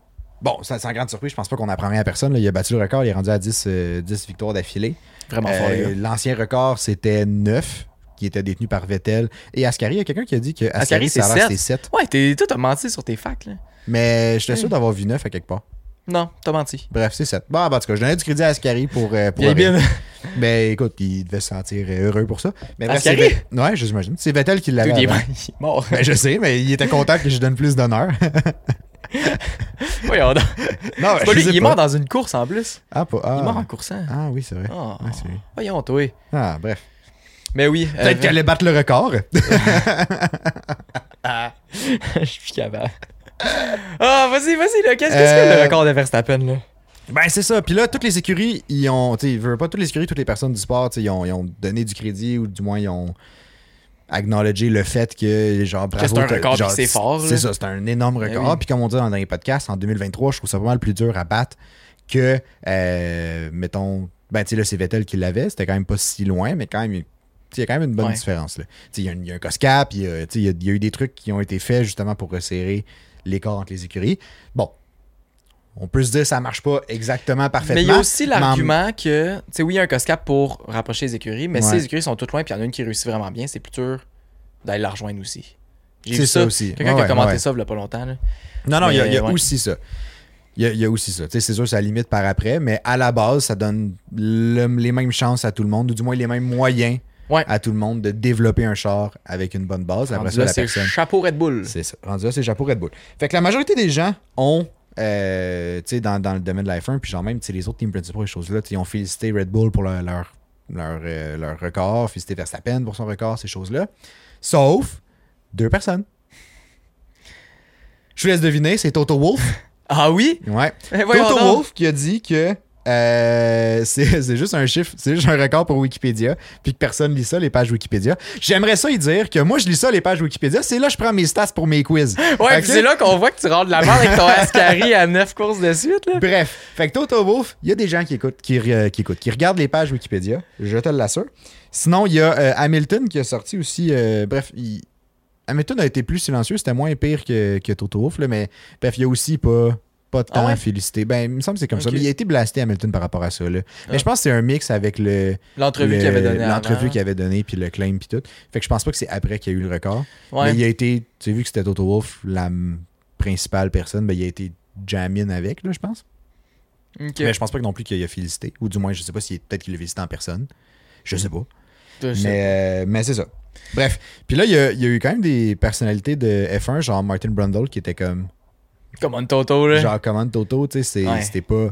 A: bon, sans, sans grande surprise, je pense pas qu'on apprend rien à personne. là. Il a battu le record, il est rendu à 10, euh, 10 victoires d'affilée.
B: Vraiment
A: Euh,
B: fort, les gars.
A: L'ancien record, c'était 9 qui était détenu par Vettel. Et Ascari, il y a quelqu'un qui a dit que Ascari,
B: Ascari,
A: ça a
B: c'est
A: l'air
B: sept.
A: que c'était 7.
B: Ouais, t'es, toi, t'as menti sur tes facts. Là.
A: Mais je suis sûr d'avoir vu 9 à quelque part.
B: Non, t'as menti.
A: Bref, c'est 7. Bon, en tout cas, je donnais du crédit à Ascari pour. euh, pour
B: Il est
A: rien.
B: bien.
A: Mais écoute, il devait se sentir euh, heureux pour ça. Mais bref,
B: Ascari?
A: c'est Vet- Ouais, je- j'imagine. C'est Vettel qui l'avait.
B: Dude, il est
A: avant.
B: il est mort.
A: Ben, je sais, mais il était content que je donne plus d'honneur.
B: Voyons donc.
A: non,
B: C'est pas lui, il est mort dans une course en plus.
A: Ah, pas- ah.
B: Il est mort en coursant.
A: Ah oui, c'est vrai.
B: Oh.
A: Ouais, c'est lui.
B: Voyons, toi.
A: Ah, bref.
B: Mais oui. euh,
A: Peut-être qu'elle allait battre le record.
B: Ah. Je suis plus capable. Ah, vas-y, vas-y, là. Qu'est-ce, qu'est-ce que
A: Euh,
B: le record de Verstappen, là?
A: ben, c'est ça. Puis là, toutes les écuries, ils ont. Tu sais, ils veulent pas toutes les écuries, toutes les personnes du sport, tu sais, ils ont, ils ont donné du crédit ou du moins, ils ont acknowledgé le fait que, genre, bravo.
B: c'est un
A: t'as-
B: record,
A: genre,
B: puis c'est fort,
A: C'est
B: là.
A: ça, c'est un énorme
B: Ben
A: record.
B: oui.
A: Puis comme on dit dans le dernier podcast, en 2023, je trouve ça pas mal plus dur à battre que, euh, mettons, ben, tu sais, là, c'est Vettel qui l'avait, c'était quand même pas si loin, mais quand même, tu sais, il y a quand même une bonne
B: Ouais.
A: différence. là. Tu sais, Il y, a une- il y a un COSCAP, il y a- tu sais, il y, a- il y a eu des trucs qui ont été faits justement pour resserrer l'écart entre les écuries. Bon, on peut se dire que ça marche pas exactement parfaitement.
B: Mais il y a aussi
A: en-
B: l'argument que, tu sais, oui, il y a un COSCAP pour rapprocher les écuries, mais si
A: Ouais.
B: les écuries sont toutes loin, puis il y en a une qui réussit vraiment bien, c'est plus dur d'aller la rejoindre aussi. J'ai
A: C'est
B: vu
A: ça
B: ça,
A: aussi.
B: Quelqu'un
A: Ouais,
B: qui
A: ouais,
B: a commenté
A: ouais.
B: ça il y a pas longtemps. Là.
A: Non, non, il y a,
B: Mais,
A: il y a
B: ouais.
A: aussi ça. Il y a, il y a aussi ça. Tu sais, C'est sûr, ça limite par après, mais à la base, ça donne le- les mêmes chances à tout le monde, ou du moins les mêmes moyens
B: Ouais.
A: à tout le monde de développer un char avec une bonne base. Après
B: Rendu
A: ça,
B: là,
A: la
B: c'est
A: personne.
B: chapeau Red Bull.
A: C'est ça. Rendu là, c'est chapeau Red Bull. Fait que la majorité des gens ont, euh, tu sais, dans, dans le domaine de la F1, puis genre même, tu sais, les autres teams principaux, les choses-là, tu sais, ils ont félicité Red Bull pour leur, leur, leur, euh, leur record, félicité Verstappen pour son record, ces choses-là. Sauf deux personnes. Je vous laisse deviner, c'est Toto Wolf.
B: Ah oui?
A: Ouais.
B: Eh, voyons
A: Toto
B: donc.
A: Wolf qui a dit que euh, c'est c'est juste un chiffre, c'est juste un record pour Wikipédia, puis que personne lit ça, les pages Wikipédia. J'aimerais ça y dire que moi, je lis ça, les pages Wikipédia, c'est là que je prends mes stats pour mes quiz.
B: Ouais,
A: Ok?
B: puis c'est là qu'on voit que tu rentres de la merde avec ton Ascari à 9 courses de suite. Là.
A: Bref, fait que Toto Wolf, il y a des gens qui écoutent, qui, euh, qui écoutent, qui regardent les pages Wikipédia, je te l'assure. Sinon, il y a euh, Hamilton qui a sorti aussi. euh, bref, il- Hamilton a été plus silencieux, c'était moins pire que, que Toto Wolf, là, mais bref, il y a aussi pas, pas de
B: Ah
A: temps
B: ouais?
A: à féliciter. Ben, il me semble que c'est comme ça,
B: Ok.
A: mais il a été blasté Hamilton par rapport à ça. là. Mais
B: Ah.
A: je pense que c'est un mix avec le
B: L'entrevue
A: le-
B: qu'il avait donnée.
A: l'entrevue
B: avant.
A: qu'il avait donné, puis le claim, puis tout. Fait que je pense pas que c'est après qu'il y a eu le record.
B: Ouais.
A: Mais il a été, tu sais, vu que c'était Toto Wolf, la m- principale personne, ben, il a été jamin avec, là, je pense.
B: Ok.
A: Mais je pense pas que non plus qu'il a félicité. Ou du moins, je sais pas si peut-être qu'il l'a félicité en personne. Je sais pas.
B: Je sais.
A: Mais, euh, mais c'est ça. Bref. Puis là, il y, a, il y a eu quand même des personnalités de F1, genre Martin Brundle, qui était comme.
B: Comme un Toto, là.
A: Genre, commande Toto, tu sais, c'est-
B: Ouais.
A: c'était pas.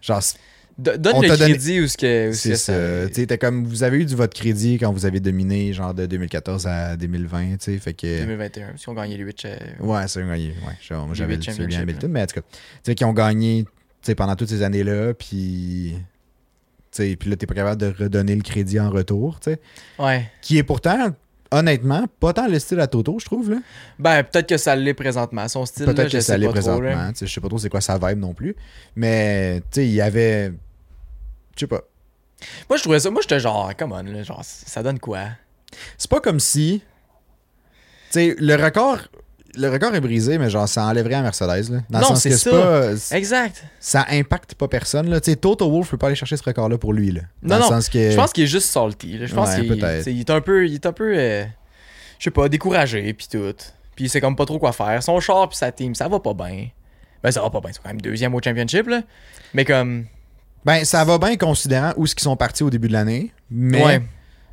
A: Genre, c'est-
B: Do- Donne
A: on
B: le
A: t'a donné-
B: crédit où ce que. où ce
A: c'est
B: que
A: ça. Tu sais, t'es comme. Vous avez eu du votre crédit quand vous avez dominé, genre, de 2014 à 2020, tu sais. Fait que.
B: 2021, parce qu'ils ont gagné les euh, 8.
A: Ouais, c'est gagné. Ouais, genre, moi,
B: Les
A: j'avais
B: huit
A: celui à
B: championships,
A: Hamilton, mais en tout cas, tu sais, qui ont gagné tu sais, pendant toutes ces années-là, puis. tu sais, Puis là, t'es pas capable de redonner le crédit en retour, tu sais.
B: Ouais.
A: Qui est pourtant, honnêtement, pas tant le style à Toto, je trouve. là.
B: Ben, peut-être que ça l'est présentement. Son style, là,
A: Peut-être
B: je
A: que ça
B: sais
A: allait
B: pas trop. là.
A: présentement. tu sais, Je sais pas trop c'est quoi sa vibe non plus. Mais, tu sais, il y avait. Je sais pas.
B: Moi, je trouvais ça. Moi, j'étais genre, come on, là, genre, ça donne quoi?
A: C'est pas comme si. Tu sais, le record. Le record est brisé, mais genre, ça enlèverait à Mercedes. Là, dans le
B: Non,
A: sens
B: c'est
A: que c'est
B: ça.
A: pas.
B: Exact.
A: ça impacte pas personne. Là. Tu sais, Toto Wolf peut pas aller chercher ce record-là pour lui. Là. Dans
B: Non,
A: le
B: non,
A: sens que.
B: Je pense qu'il est juste salty. là. Je pense
A: Ouais,
B: qu'il
A: peut-être.
B: t'sais, il est un peu. Il est un peu. euh, je sais pas, découragé, puis tout. Puis c'est comme pas trop quoi faire. Son char, puis sa team, ça va pas bien. Ben, ça va pas bien. Ils sont quand même deuxième au championship, là. Mais comme.
A: Ben, ça va bien considérant où ce qu'ils sont partis au début de l'année, mais
B: Ouais.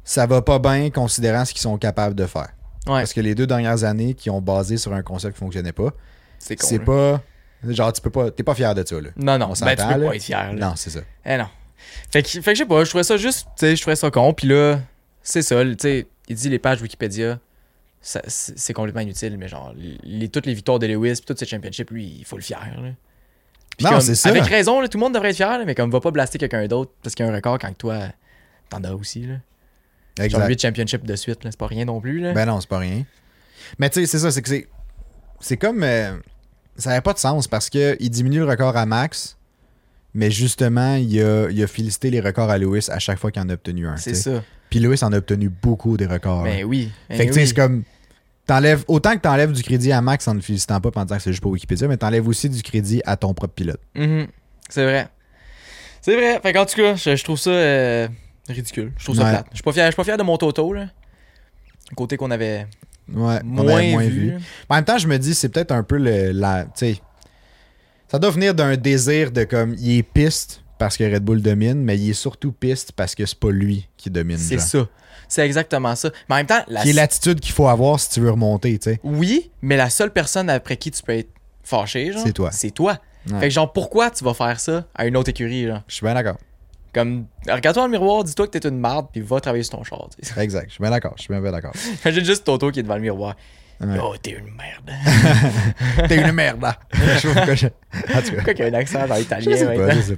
A: ça va pas bien considérant ce qu'ils sont capables de faire.
B: Ouais,
A: Parce que les deux dernières années qui ont basé sur un concept qui fonctionnait pas,
B: c'est con.
A: c'est
B: là.
A: pas. Genre, tu peux pas. T'es pas fier de ça, là.
B: Non, non,
A: On
B: ben, tu
A: s'entend,
B: peux
A: là.
B: pas être fier. Là.
A: Non, c'est ça.
B: Eh non. Fait que, fait que je sais pas, je trouvais ça juste, tu sais, je trouvais ça con, puis là, c'est ça, tu sais, il dit les pages Wikipédia, ça- c'est c'est complètement inutile, mais genre, les, toutes les victoires de Lewis, puis toutes ces championships, lui, il faut le fier, là. Puis
A: Non,
B: comme,
A: c'est ça.
B: Avec raison, là, tout le monde devrait être fier, là, mais comme, va pas blaster quelqu'un d'autre, parce qu'il y a un record quand que toi, t'en as aussi, là. Genre,
A: Exact.
B: 8 championships de suite, là, c'est pas rien non plus, là.
A: Ben non, c'est pas rien. Mais tu sais, c'est ça, c'est que c'est. C'est comme. euh, ça n'avait pas de sens parce qu'il diminue le record à max, mais justement, il a, il a félicité les records à Lewis à chaque fois qu'il en a obtenu un.
B: c'est
A: tu sais.
B: ça.
A: Puis Lewis en a obtenu beaucoup des records. là.
B: Ben oui. ben
A: fait que tu sais,
B: oui.
A: c'est comme. T'enlèves, autant que t'enlèves du crédit à Max en ne félicitant pas pendant que c'est juste pour Wikipédia, mais t'enlèves aussi du crédit à ton propre pilote.
B: Mhm. C'est vrai. C'est vrai. Fait qu'en tout cas, je, je trouve ça euh, ridicule. Je trouve ça
A: Ouais.
B: plate. Je suis pas fier, je suis pas fier de mon Toto, là. Le Côté qu'on avait
A: Ouais, qu'on
B: moins,
A: avait moins vu.
B: vu.
A: En même temps, je me dis, c'est peut-être un peu le. La, tu sais, ça doit venir d'un désir de comme. Il est piste parce que Red Bull domine, mais il est surtout piste parce que c'est pas lui qui domine.
B: C'est
A: genre.
B: ça. C'est exactement ça. Mais en même temps, la
A: Qui est
B: se-
A: l'attitude qu'il faut avoir si tu veux remonter, tu sais.
B: oui, mais la seule personne après qui tu peux être fâché, genre,
A: C'est toi.
B: C'est toi.
A: Ouais.
B: Fait que genre, pourquoi tu vas faire ça à une autre écurie, genre?
A: Je suis bien d'accord.
B: Comme, regarde-toi dans le miroir, dis-toi que t'es une marde, puis va travailler sur ton char. tu sais.
A: Exact. Je suis bien d'accord. Je suis bien, bien d'accord.
B: Imagine juste Toto qui est devant le miroir.
A: Ouais.
B: Oh, t'es une merde.
A: T'es une merde, là. je sais pas pourquoi je- En tout cas.
B: Pourquoi qu'il y a un accent dans
A: Je
B: l'italien
A: sais pas,
B: maintenant?
A: je sais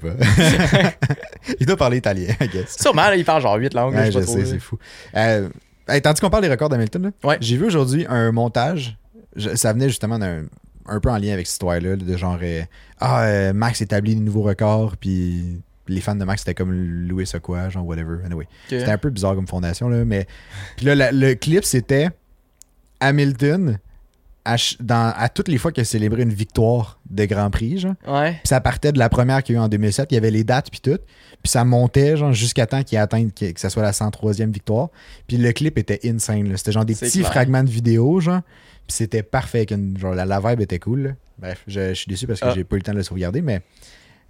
A: pas. il doit parler italien, I guess.
B: Sûrement, là, il parle genre 8 langues. là,
A: Ouais,
B: je
A: je
B: sais pas trop,
A: sais,
B: là.
A: c'est fou. Euh, hey, tandis qu'on parle des records d'Hamilton, là,
B: Ouais.
A: j'ai vu aujourd'hui un montage. Je- ça venait justement d'un un peu en lien avec cette histoire-là, de genre euh, Ah, euh, Max établit des nouveaux records, puis les fans de Max c'était comme Louis a quoi, genre whatever. Anyway,
B: Que-
A: c'était un peu bizarre comme fondation, là, mais. Puis là, la- le clip c'était Hamilton à, ch- dans, à toutes les fois qu'il a célébré une victoire de Grand Prix, genre.
B: Ouais.
A: Puis ça partait de la première qu'il y a eu en 2007. Il y avait les dates puis tout. Puis ça montait genre jusqu'à temps qu'il atteigne que, que ça soit la 103e victoire. Puis le clip était insane. là. C'était genre des
B: C'est
A: petits
B: clair.
A: fragments de vidéo genre. Puis c'était parfait. avec une- genre la, la vibe était cool. là. Bref, je, je suis déçu parce que
B: Ah.
A: j'ai pas eu le temps de le sauvegarder, mais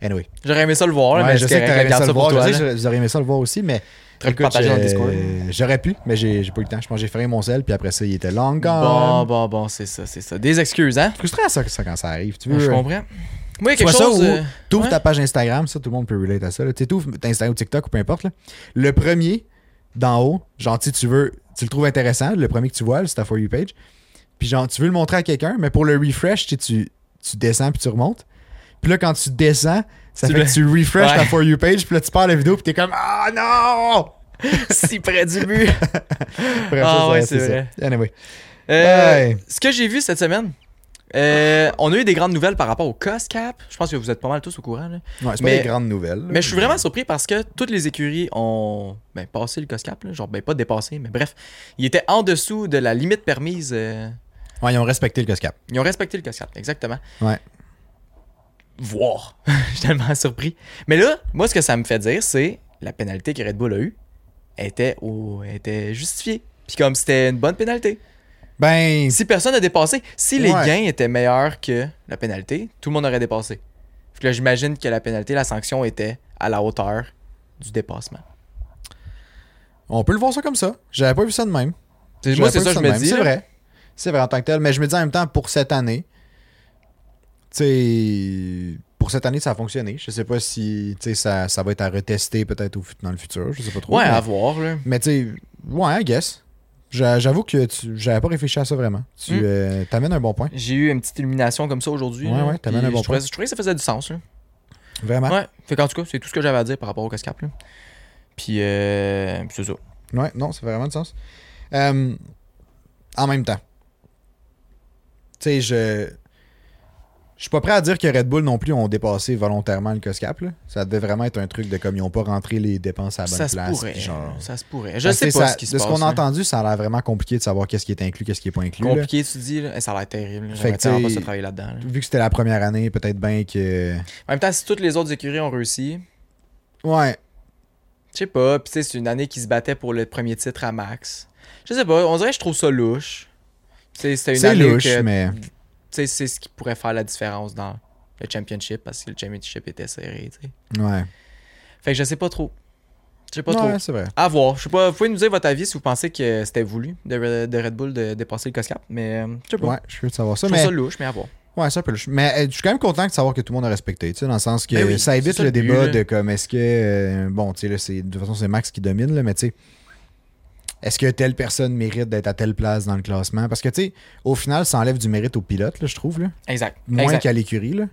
A: anyway.
B: J'aurais aimé ça le voir, là,
A: Ouais,
B: mais
A: je sais que t'aurais
B: t'aurais
A: aimé ça le voir.
B: Toi,
A: Je
B: là.
A: sais que j'aurais aimé ça le voir aussi, mais
B: T'aurais pu
A: écoute,
B: partager dans le
A: j'ai-
B: Discord.
A: J'aurais pu, mais j'ai j'ai pas eu le temps. Je pense que j'ai fermé mon sel puis après ça il était long
B: Bon,
A: gone.
B: bon, bon, c'est ça, c'est ça. Des excuses, hein?
A: Frustrant ça, ça quand ça arrive. Tu veux
B: Je comprends. Moi, il y a
A: Tu vois
B: quelque
A: ça
B: chose.
A: ou-
B: euh,
A: T'ouvres
B: Ouais.
A: ta page Instagram, ça, tout le monde peut relate à ça. là. Tu sais, t'ouvres ta Instagram ou TikTok ou peu importe. là. Le premier, d'en haut, genre, si tu veux, tu le trouves intéressant, le premier que tu vois, là, c'est ta For You page. Puis genre, tu veux le montrer à quelqu'un, mais pour le refresh, tu, sais, tu, tu descends puis tu remontes. Puis là, quand tu descends, ça
B: Tu
A: fait
B: le-
A: que tu refresh
B: Ouais.
A: ta For You page, puis là, tu pars la vidéo, puis t'es comme Ah non!
B: si près du but.
A: Bref,
B: Ah
A: ça,
B: ouais,
A: c'est ça.
B: c'est vrai.
A: Anyway.
B: Euh,
A: Hey.
B: Ce que j'ai vu cette semaine, euh, on a eu des grandes nouvelles par rapport au cost cap. Je pense que vous êtes pas mal tous au courant. là.
A: Ouais, c'est
B: Mais-
A: pas des grandes nouvelles. là.
B: Mais je suis vraiment surpris parce que toutes les écuries ont ben, passé le cost cap. là. Genre, ben, pas dépassé, mais bref. Ils étaient en dessous de la limite permise. euh,
A: Ouais, ils ont respecté le COSCAP.
B: Ils ont respecté le cost cap, exactement.
A: Ouais.
B: Voir. je suis tellement surpris. Mais là, moi, ce que ça me fait dire, c'est la pénalité que Red Bull a eue était, au- était justifiée. Puis comme c'était une bonne pénalité.
A: Ben,
B: Si personne n'a dépassé, si les
A: Ouais.
B: gains étaient meilleurs que la pénalité, tout le monde aurait dépassé. Fait que là, j'imagine que la pénalité, la sanction était à la hauteur du dépassement.
A: on peut le voir ça comme ça. J'avais pas vu ça de même.
B: C'est-
A: J'avais
B: Moi,
A: pas
B: c'est
A: vu
B: ça que je
A: de
B: me
A: même.
B: dis.
A: C'est
B: là.
A: vrai. C'est vrai en tant que tel. Mais je me dis en même temps, pour cette année, tu sais, pour cette année, ça a fonctionné. Je sais pas si, tu sais, ça, ça va être à retester peut-être au fut- dans le futur. Je sais pas trop.
B: Ouais,
A: mais
B: à voir. là.
A: mais tu sais, ouais, I guess. J'a- J'avoue que tu- j'avais pas réfléchi à ça vraiment. Tu
B: Mm.
A: euh, t'amènes un bon point.
B: J'ai eu une petite illumination comme ça aujourd'hui.
A: Ouais,
B: là,
A: ouais, t'amènes
B: puis
A: un bon
B: je trouvais, je trouvais que ça faisait du sens. là.
A: Vraiment.
B: Ouais. Fait qu'en tout cas, c'est tout ce que j'avais à dire par rapport au cascap. là. Puis, euh, puis c'est ça.
A: Ouais, non, ça fait vraiment du sens. Euh, en même temps, tu sais, je. Je suis pas prêt à dire que Red Bull non plus ont dépassé volontairement le COSCAP. là. Ça devait vraiment être un truc de comme ils ont pas rentré les dépenses à la bonne
B: Ça se
A: place.
B: pourrait.
A: puis genre-
B: Ça se pourrait. Je
A: Parce que
B: sais pas
A: ça-
B: ce qui se
A: De
B: passe.
A: ce
B: hein.
A: qu'on a
B: là.
A: entendu, ça a l'air vraiment compliqué de savoir qu'est-ce qui est inclus, qu'est-ce qui est pas inclus. là.
B: Compliqué, tu dis. là. Eh, ça a l'air terrible. là.
A: Fait
B: J'aimerais
A: que, tu sais,
B: tellement pas ça travailler là-dedans. là.
A: Vu que c'était la première année, peut-être bien que.
B: En même temps, si toutes les autres écuries ont réussi,
A: Ouais.
B: Je sais pas, pis tu sais, c'est une année qui se battait pour le premier titre à Max. Je sais pas, on dirait que je trouve ça louche. Tu sais, C'était une
A: C'est
B: année
A: louche,
B: que tu
A: mais.
B: sais, c'est ce qui pourrait faire la différence dans le championship parce que le championship était serré. tu sais.
A: Ouais.
B: Fait que je sais pas trop. Je sais pas
A: ouais,
B: trop.
A: c'est vrai.
B: À voir. Je sais pas, vous pouvez nous dire votre avis si vous pensez que c'était voulu de, de Red Bull de dépasser le COSCAP, mais euh, je sais pas.
A: Ouais, je suis curieux de savoir
B: Je
A: ça.
B: trouve
A: mais...
B: ça louche, mais à voir.
A: Ouais, ça peut le Mais euh, je suis quand même content de savoir que tout le monde a respecté, tu sais, dans le sens que
B: Ben oui,
A: ça évite
B: c'est ça
A: le
B: le but,
A: débat
B: là.
A: de comme est-ce que euh, bon, tu sais là, c'est de toute façon c'est Max qui domine là, mais tu sais est-ce que telle personne mérite d'être à telle place dans le classement parce que tu sais au final ça enlève du mérite au pilote là, je trouve là,
B: Exact.
A: moins
B: exact.
A: qu'à l'écurie là.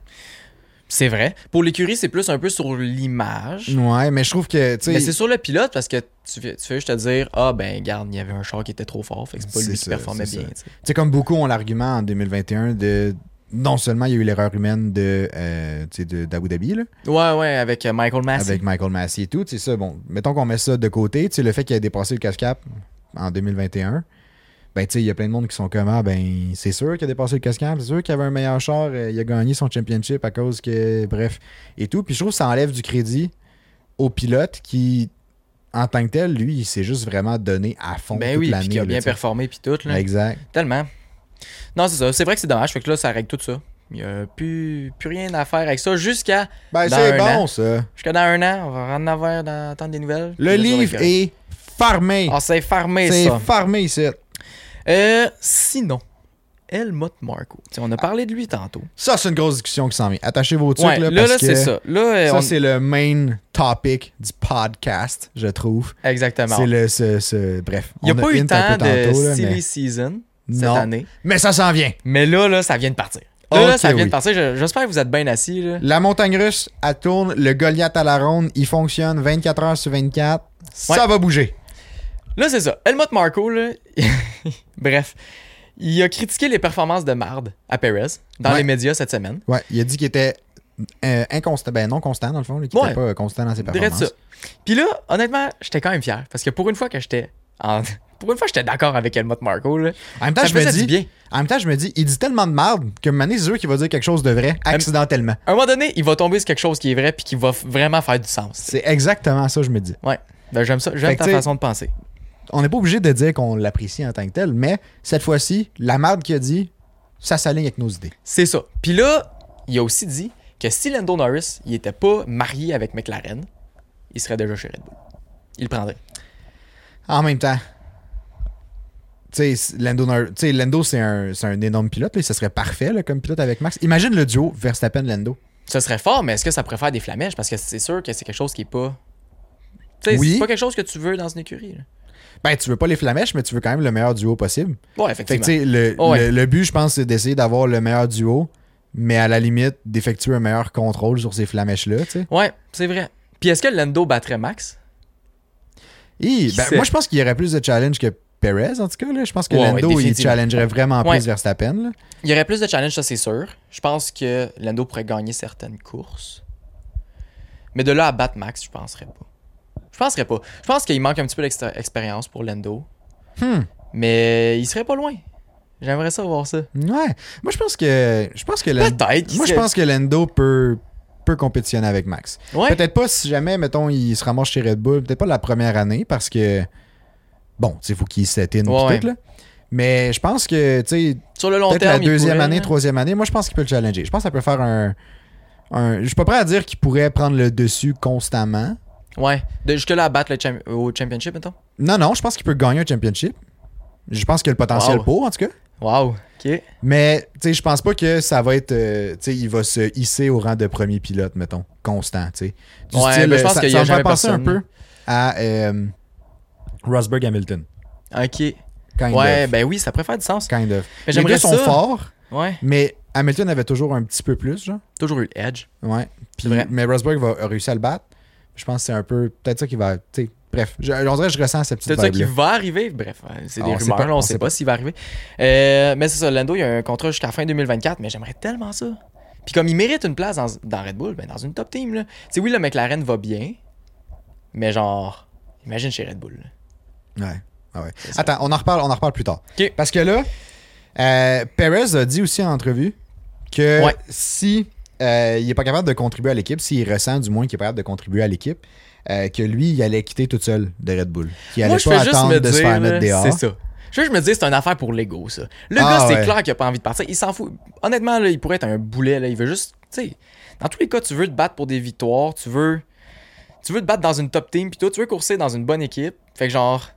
B: C'est vrai. Pour l'écurie, c'est plus un peu sur l'image.
A: Ouais, mais je trouve que tu
B: Mais c'est
A: sais
B: sur le pilote parce que tu, fais- tu fais juste te dire Ah, ben, garde, il y avait un char qui était trop fort, fait que c'est pas
A: C'est
B: lui qui
A: ça,
B: performait
A: c'est
B: bien.
A: ça.
B: tu sais.
A: tu sais, comme beaucoup ont l'argument en 2021 de non seulement il y a eu l'erreur humaine de euh, tu sais, de- d'Abu Dhabi là,
B: Ouais, ouais, avec euh, Michael Massey.
A: avec Michael Massey et tout. C'est ça, bon, mettons qu'on met ça de côté, tu sais, le fait qu'il a dépassé le cascap en 2021. Ben, tu sais, il y a plein de monde qui sont comme, ah, ben, c'est sûr qu'il a dépassé le cascap, c'est sûr qu'il avait un meilleur char, euh, il a gagné son championship à cause que, bref, et tout. Puis je trouve que ça enlève du crédit au pilote qui, en tant que tel, lui, il s'est juste vraiment donné à fond
B: Ben
A: toute
B: oui,
A: l'année.
B: puis qui a
A: là,
B: bien
A: tu sais.
B: performé, puis tout. Là.
A: Exact.
B: Tellement. Non, c'est ça. C'est vrai que c'est dommage. Fait que là, ça règle tout ça. Il n'y a plus, plus rien à faire avec ça jusqu'à
A: Ben,
B: Dans
A: c'est
B: un
A: bon,
B: an.
A: ça.
B: jusqu'à dans un an. On va en avoir dans, attendre des nouvelles.
A: Le livre est farmé.
B: On s'est farmé,
A: c'est
B: Ah, ça.
A: farmé, ici.
B: Euh, sinon, Helmut Marco. T'sais, on a parlé de lui tantôt.
A: Ça, c'est une grosse discussion qui s'en vient. Attachez vos trucs,
B: ouais,
A: là,
B: là, là,
A: parce que...
B: c'est ça. Là, euh,
A: Ça,
B: on-
A: c'est le main topic du podcast, je trouve.
B: Exactement.
A: C'est le. ce- ce- bref.
B: Il n'y a
A: on
B: pas eu
A: hint un
B: tant
A: peu
B: de
A: tantôt, là,
B: silly
A: mais-
B: season cette
A: Non.
B: année.
A: Mais ça s'en vient.
B: Mais là, là, ça vient de partir. Là, là,
A: Ok,
B: ça vient
A: oui.
B: de partir. Je- J'espère que vous êtes bien assis. Là.
A: La montagne russe, elle tourne. Le Goliath à la ronde, il fonctionne 24 heures sur 24. Ça
B: Ouais.
A: va bouger.
B: Là, c'est ça. Helmut Marco, là, bref, il a critiqué les performances de Marde à Perez dans
A: Ouais.
B: les médias cette semaine.
A: Ouais, il a dit qu'il était euh, inconstant. Ben, non constant, dans le fond, là, qu'il
B: Ouais.
A: était pas euh, constant dans ses
B: Direct
A: performances.
B: ça. Puis là, honnêtement, j'étais quand même fier parce que pour une fois que j'étais en- pour une fois, j'étais d'accord avec Helmut Marco. Là.
A: En même temps,
B: Ça
A: je
B: me
A: me
B: faisait du
A: dis.
B: bien.
A: En même temps, je me dis, il dit tellement de merde que Mané, c'est sûr qu'il va dire quelque chose de vrai, accidentellement.
B: À un moment donné, il va tomber sur quelque chose qui est vrai puis qui va f- vraiment faire du sens.
A: C'est exactement ça, je me dis.
B: Ouais. Ben, j'aime ça.
A: Fait
B: J'aime
A: que
B: ta
A: tu sais-
B: façon de penser.
A: on n'est pas obligé de dire qu'on l'apprécie en tant que tel, mais cette fois-ci, la merde qu'il a dit, ça s'aligne avec nos idées.
B: C'est ça. Puis là, il a aussi dit que si Lando Norris il était pas marié avec McLaren, il serait déjà chez Red Bull. Il le prendrait.
A: En même temps, tu sais, Lando, Nor- tu sais, Lando, c'est un, c'est un énorme pilote, là, ça serait parfait là, comme pilote avec Max. Imagine le duo Verstappen-Lando.
B: Ce serait fort, mais est-ce que ça pourrait faire des flamèches? Parce que c'est sûr que c'est quelque chose qui est pas. Tu sais,
A: Oui.
B: c'est pas quelque chose que tu veux dans une écurie. là.
A: Ben, tu veux pas les flamèches, mais tu veux quand même le meilleur duo possible.
B: Ouais,
A: Fait que,
B: effectivement.
A: tu sais, le,
B: Oh, ouais.
A: le- le but, je pense, c'est d'essayer d'avoir le meilleur duo, mais à la limite, d'effectuer un meilleur contrôle sur ces flamèches-là, tu sais.
B: ouais, c'est vrai. Puis est-ce que Lando battrait Max
A: Hi,
B: Qui
A: ben,
B: sait?
A: moi, je pense qu'il y aurait plus de challenge que Perez, en tout cas. Là. Je pense que
B: Ouais, ouais,
A: Lando, il
B: définitivement.
A: challengerait vraiment
B: Ouais.
A: plus Verstappen. Là.
B: Il y aurait plus de challenges, ça c'est sûr. Je pense que Lando pourrait gagner certaines courses. Mais de là à battre Max, je penserais pas. Je penserais pas. Je pense qu'il manque un petit peu d'extra- d'expérience pour Lando.
A: Hmm.
B: Mais il serait pas loin. J'aimerais ça voir ça.
A: Ouais. Moi, je pense que. Je pense que Lando-
B: Peut-être qu'il
A: Moi, je
B: serait-
A: pense que Lando peut, peut compétitionner avec Max.
B: Ouais.
A: Peut-être pas si jamais, mettons, il se ramasse chez Red Bull. Peut-être pas la première année parce que. Bon, tu sais, faut qu'il s'éteigne
B: Ouais, ouais.
A: tout, là. Mais je pense que, tu sais,
B: Sur le long
A: peut-être
B: terme.
A: la
B: il
A: deuxième
B: pourrait, hein.
A: année,
B: là.
A: troisième année. Moi, je pense qu'il peut le challenger. Je pense que ça peut faire un. un... Je suis pas prêt à dire qu'il pourrait prendre le dessus constamment.
B: Ouais. De, jusque là à battre le cham- au championship, mettons.
A: Non, non, je pense qu'il peut gagner un championship. Je pense qu'il a le potentiel
B: Wow.
A: pour, en tout cas.
B: Wow. Ok.
A: Mais, tu sais, je pense pas que ça va être. euh, tu sais, il va se hisser au rang de premier pilote, mettons, constant, tu sais. Du
B: Ouais, ben, je pense
A: ça-
B: qu'il y
A: ça
B: a
A: me fait
B: jamais
A: penser
B: personne.
A: un peu à euh, Rosberg Hamilton.
B: Ok.
A: Kind
B: Ouais,
A: of.
B: ben oui, ça pourrait faire du sens.
A: Kind of.
B: Mais
A: Les
B: j'aimerais
A: deux sont
B: ça.
A: forts,
B: Ouais.
A: mais Hamilton avait toujours un petit peu plus, genre.
B: Toujours eu le edge.
A: Ouais. Puis,
B: C'est vrai.
A: mais Rosberg va a réussi à le battre. Je pense que c'est un peu. Peut-être ça qui va. Tu sais, bref. Je, on dirait que je ressens cette petite
B: C'est ça qui
A: vibe-là.
B: va arriver. Bref, euh, c'est des
A: On sait
B: rumeurs,
A: pas,
B: là, on,
A: on
B: sait
A: sait
B: pas s'il va arriver. Euh, mais c'est ça, Lando, il a un contrat jusqu'à fin 2024, mais j'aimerais tellement ça. Puis comme il mérite une place dans, dans Red Bull, ben dans une top team, là. Tu sais, oui, le McLaren va bien, mais genre, imagine chez Red Bull. là.
A: Ouais. Ah ouais.
B: C'est ça.
A: Attends, on en reparle, on en reparle plus tard.
B: Ok.
A: Parce que là, euh, Perez a dit aussi en entrevue que
B: Ouais.
A: si euh, il est pas capable de contribuer à l'équipe, s'il ressent du moins qu'il est pas capable de contribuer à l'équipe, euh, que lui, il allait quitter tout seul de Red Bull. Qu'il allait
B: Moi, je
A: pas
B: fais juste
A: attendre
B: me
A: de se faire
B: dire,
A: mettre
B: là,
A: dehors.
B: c'est ça. Je, veux juste me dis, c'est une affaire pour l'ego, ça. Le
A: Ah,
B: gars, c'est
A: ouais.
B: clair qu'il a pas envie de partir. Il s'en fout. Honnêtement, là, il pourrait être un boulet, là. Il veut juste, tu sais, dans tous les cas, tu veux te battre pour des victoires, tu veux, tu veux te battre dans une top team, puis toi, tu veux courser dans une bonne équipe. Fait que genre,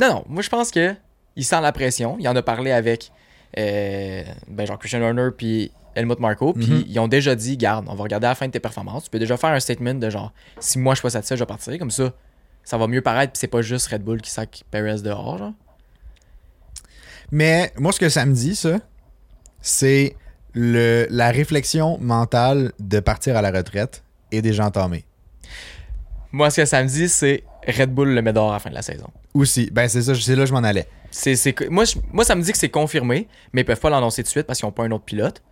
B: non, non, moi, je pense que il sent la pression. Il en a parlé avec, euh, ben, genre, Christian Horner, puis Helmut Marco, puis
A: Mhm.
B: ils ont déjà dit, garde, on va regarder à la fin de tes performances. Tu peux déjà faire un statement de genre, si moi, je suis pas satisfait, je vais partir. Comme ça, ça va mieux paraître, puis c'est pas juste Red Bull qui sac Perez dehors, genre.
A: Mais moi, ce que ça me dit, ça, c'est le, la réflexion mentale de partir à la retraite et déjà entamée.
B: Moi, ce que ça me dit, c'est Red Bull le met dehors à la fin de la saison.
A: Aussi, ben c'est ça, c'est là que je m'en allais.
B: C'est, c'est, que- moi, je- moi, ça me dit que c'est confirmé, mais ils peuvent pas l'annoncer tout de suite parce qu'ils ont pas un autre pilote.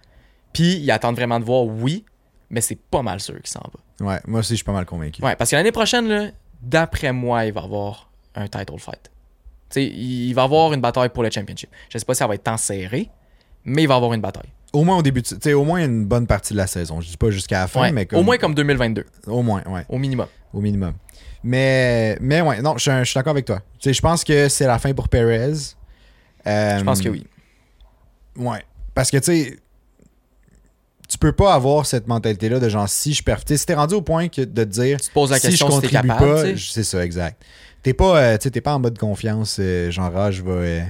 B: Puis, ils attendent vraiment de voir, oui, mais c'est pas mal sûr qu'il s'en va.
A: Ouais, moi aussi, je suis pas mal convaincu.
B: Ouais, parce que l'année prochaine, là, d'après moi, il va avoir un title fight. Tu sais, il va avoir une bataille pour le championship. Je sais pas si ça va être tant serré, mais il va avoir une bataille.
A: Au moins au début, de- tu sais, au moins une bonne partie de la saison. Je dis pas jusqu'à la fin,
B: Ouais,
A: mais comme,
B: Au moins comme 2022,
A: au moins, ouais,
B: au minimum.
A: au minimum. Mais, mais ouais, non, je suis- je suis d'accord avec toi. Tu sais, je pense que c'est la fin pour Perez. Euh,
B: Je pense que oui.
A: Ouais, parce que tu sais, tu peux pas avoir cette mentalité-là de genre si je perds. Tu sais, si t'es rendu au point que de te dire
B: Tu te poses la
A: si je
B: question si t'es
A: contribue
B: capable. tu
A: pas,
B: sais.
A: je- c'est ça, exact. T'es pas, euh, tu sais, t'es pas en mode confiance, euh, genre, ah, je vais, euh,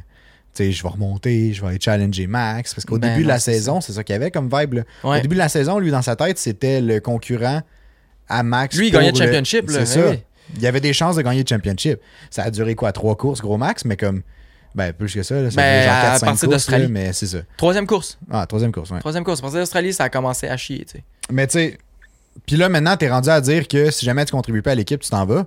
A: tu sais, je vais remonter, je vais aller challenger Max. Parce qu'au
B: Ben
A: début de
B: non,
A: la
B: c'est
A: saison, c'est ça qu'il y avait comme vibe. là.
B: Ouais.
A: Au début de la saison, lui, dans sa tête, c'était le concurrent à Max.
B: Lui, il
A: pour
B: gagnait le championship, là,
A: C'est
B: ben
A: ça.
B: oui.
A: Il avait des chances de gagner le championship. Ça a duré quoi, trois courses, gros Max, mais comme, ben, plus que ça, là, ça
B: Ben,
A: a duré genre
B: à
A: quatre, cinq
B: partir
A: courses,
B: d'Australie.
A: là, mais c'est ça.
B: Troisième course.
A: Ah, troisième course, ouais.
B: Troisième course. À partir d'Australie, ça a commencé à chier, tu sais.
A: Mais tu sais, puis là maintenant, t'es rendu à dire que si jamais tu contribues pas à l'équipe, tu t'en vas.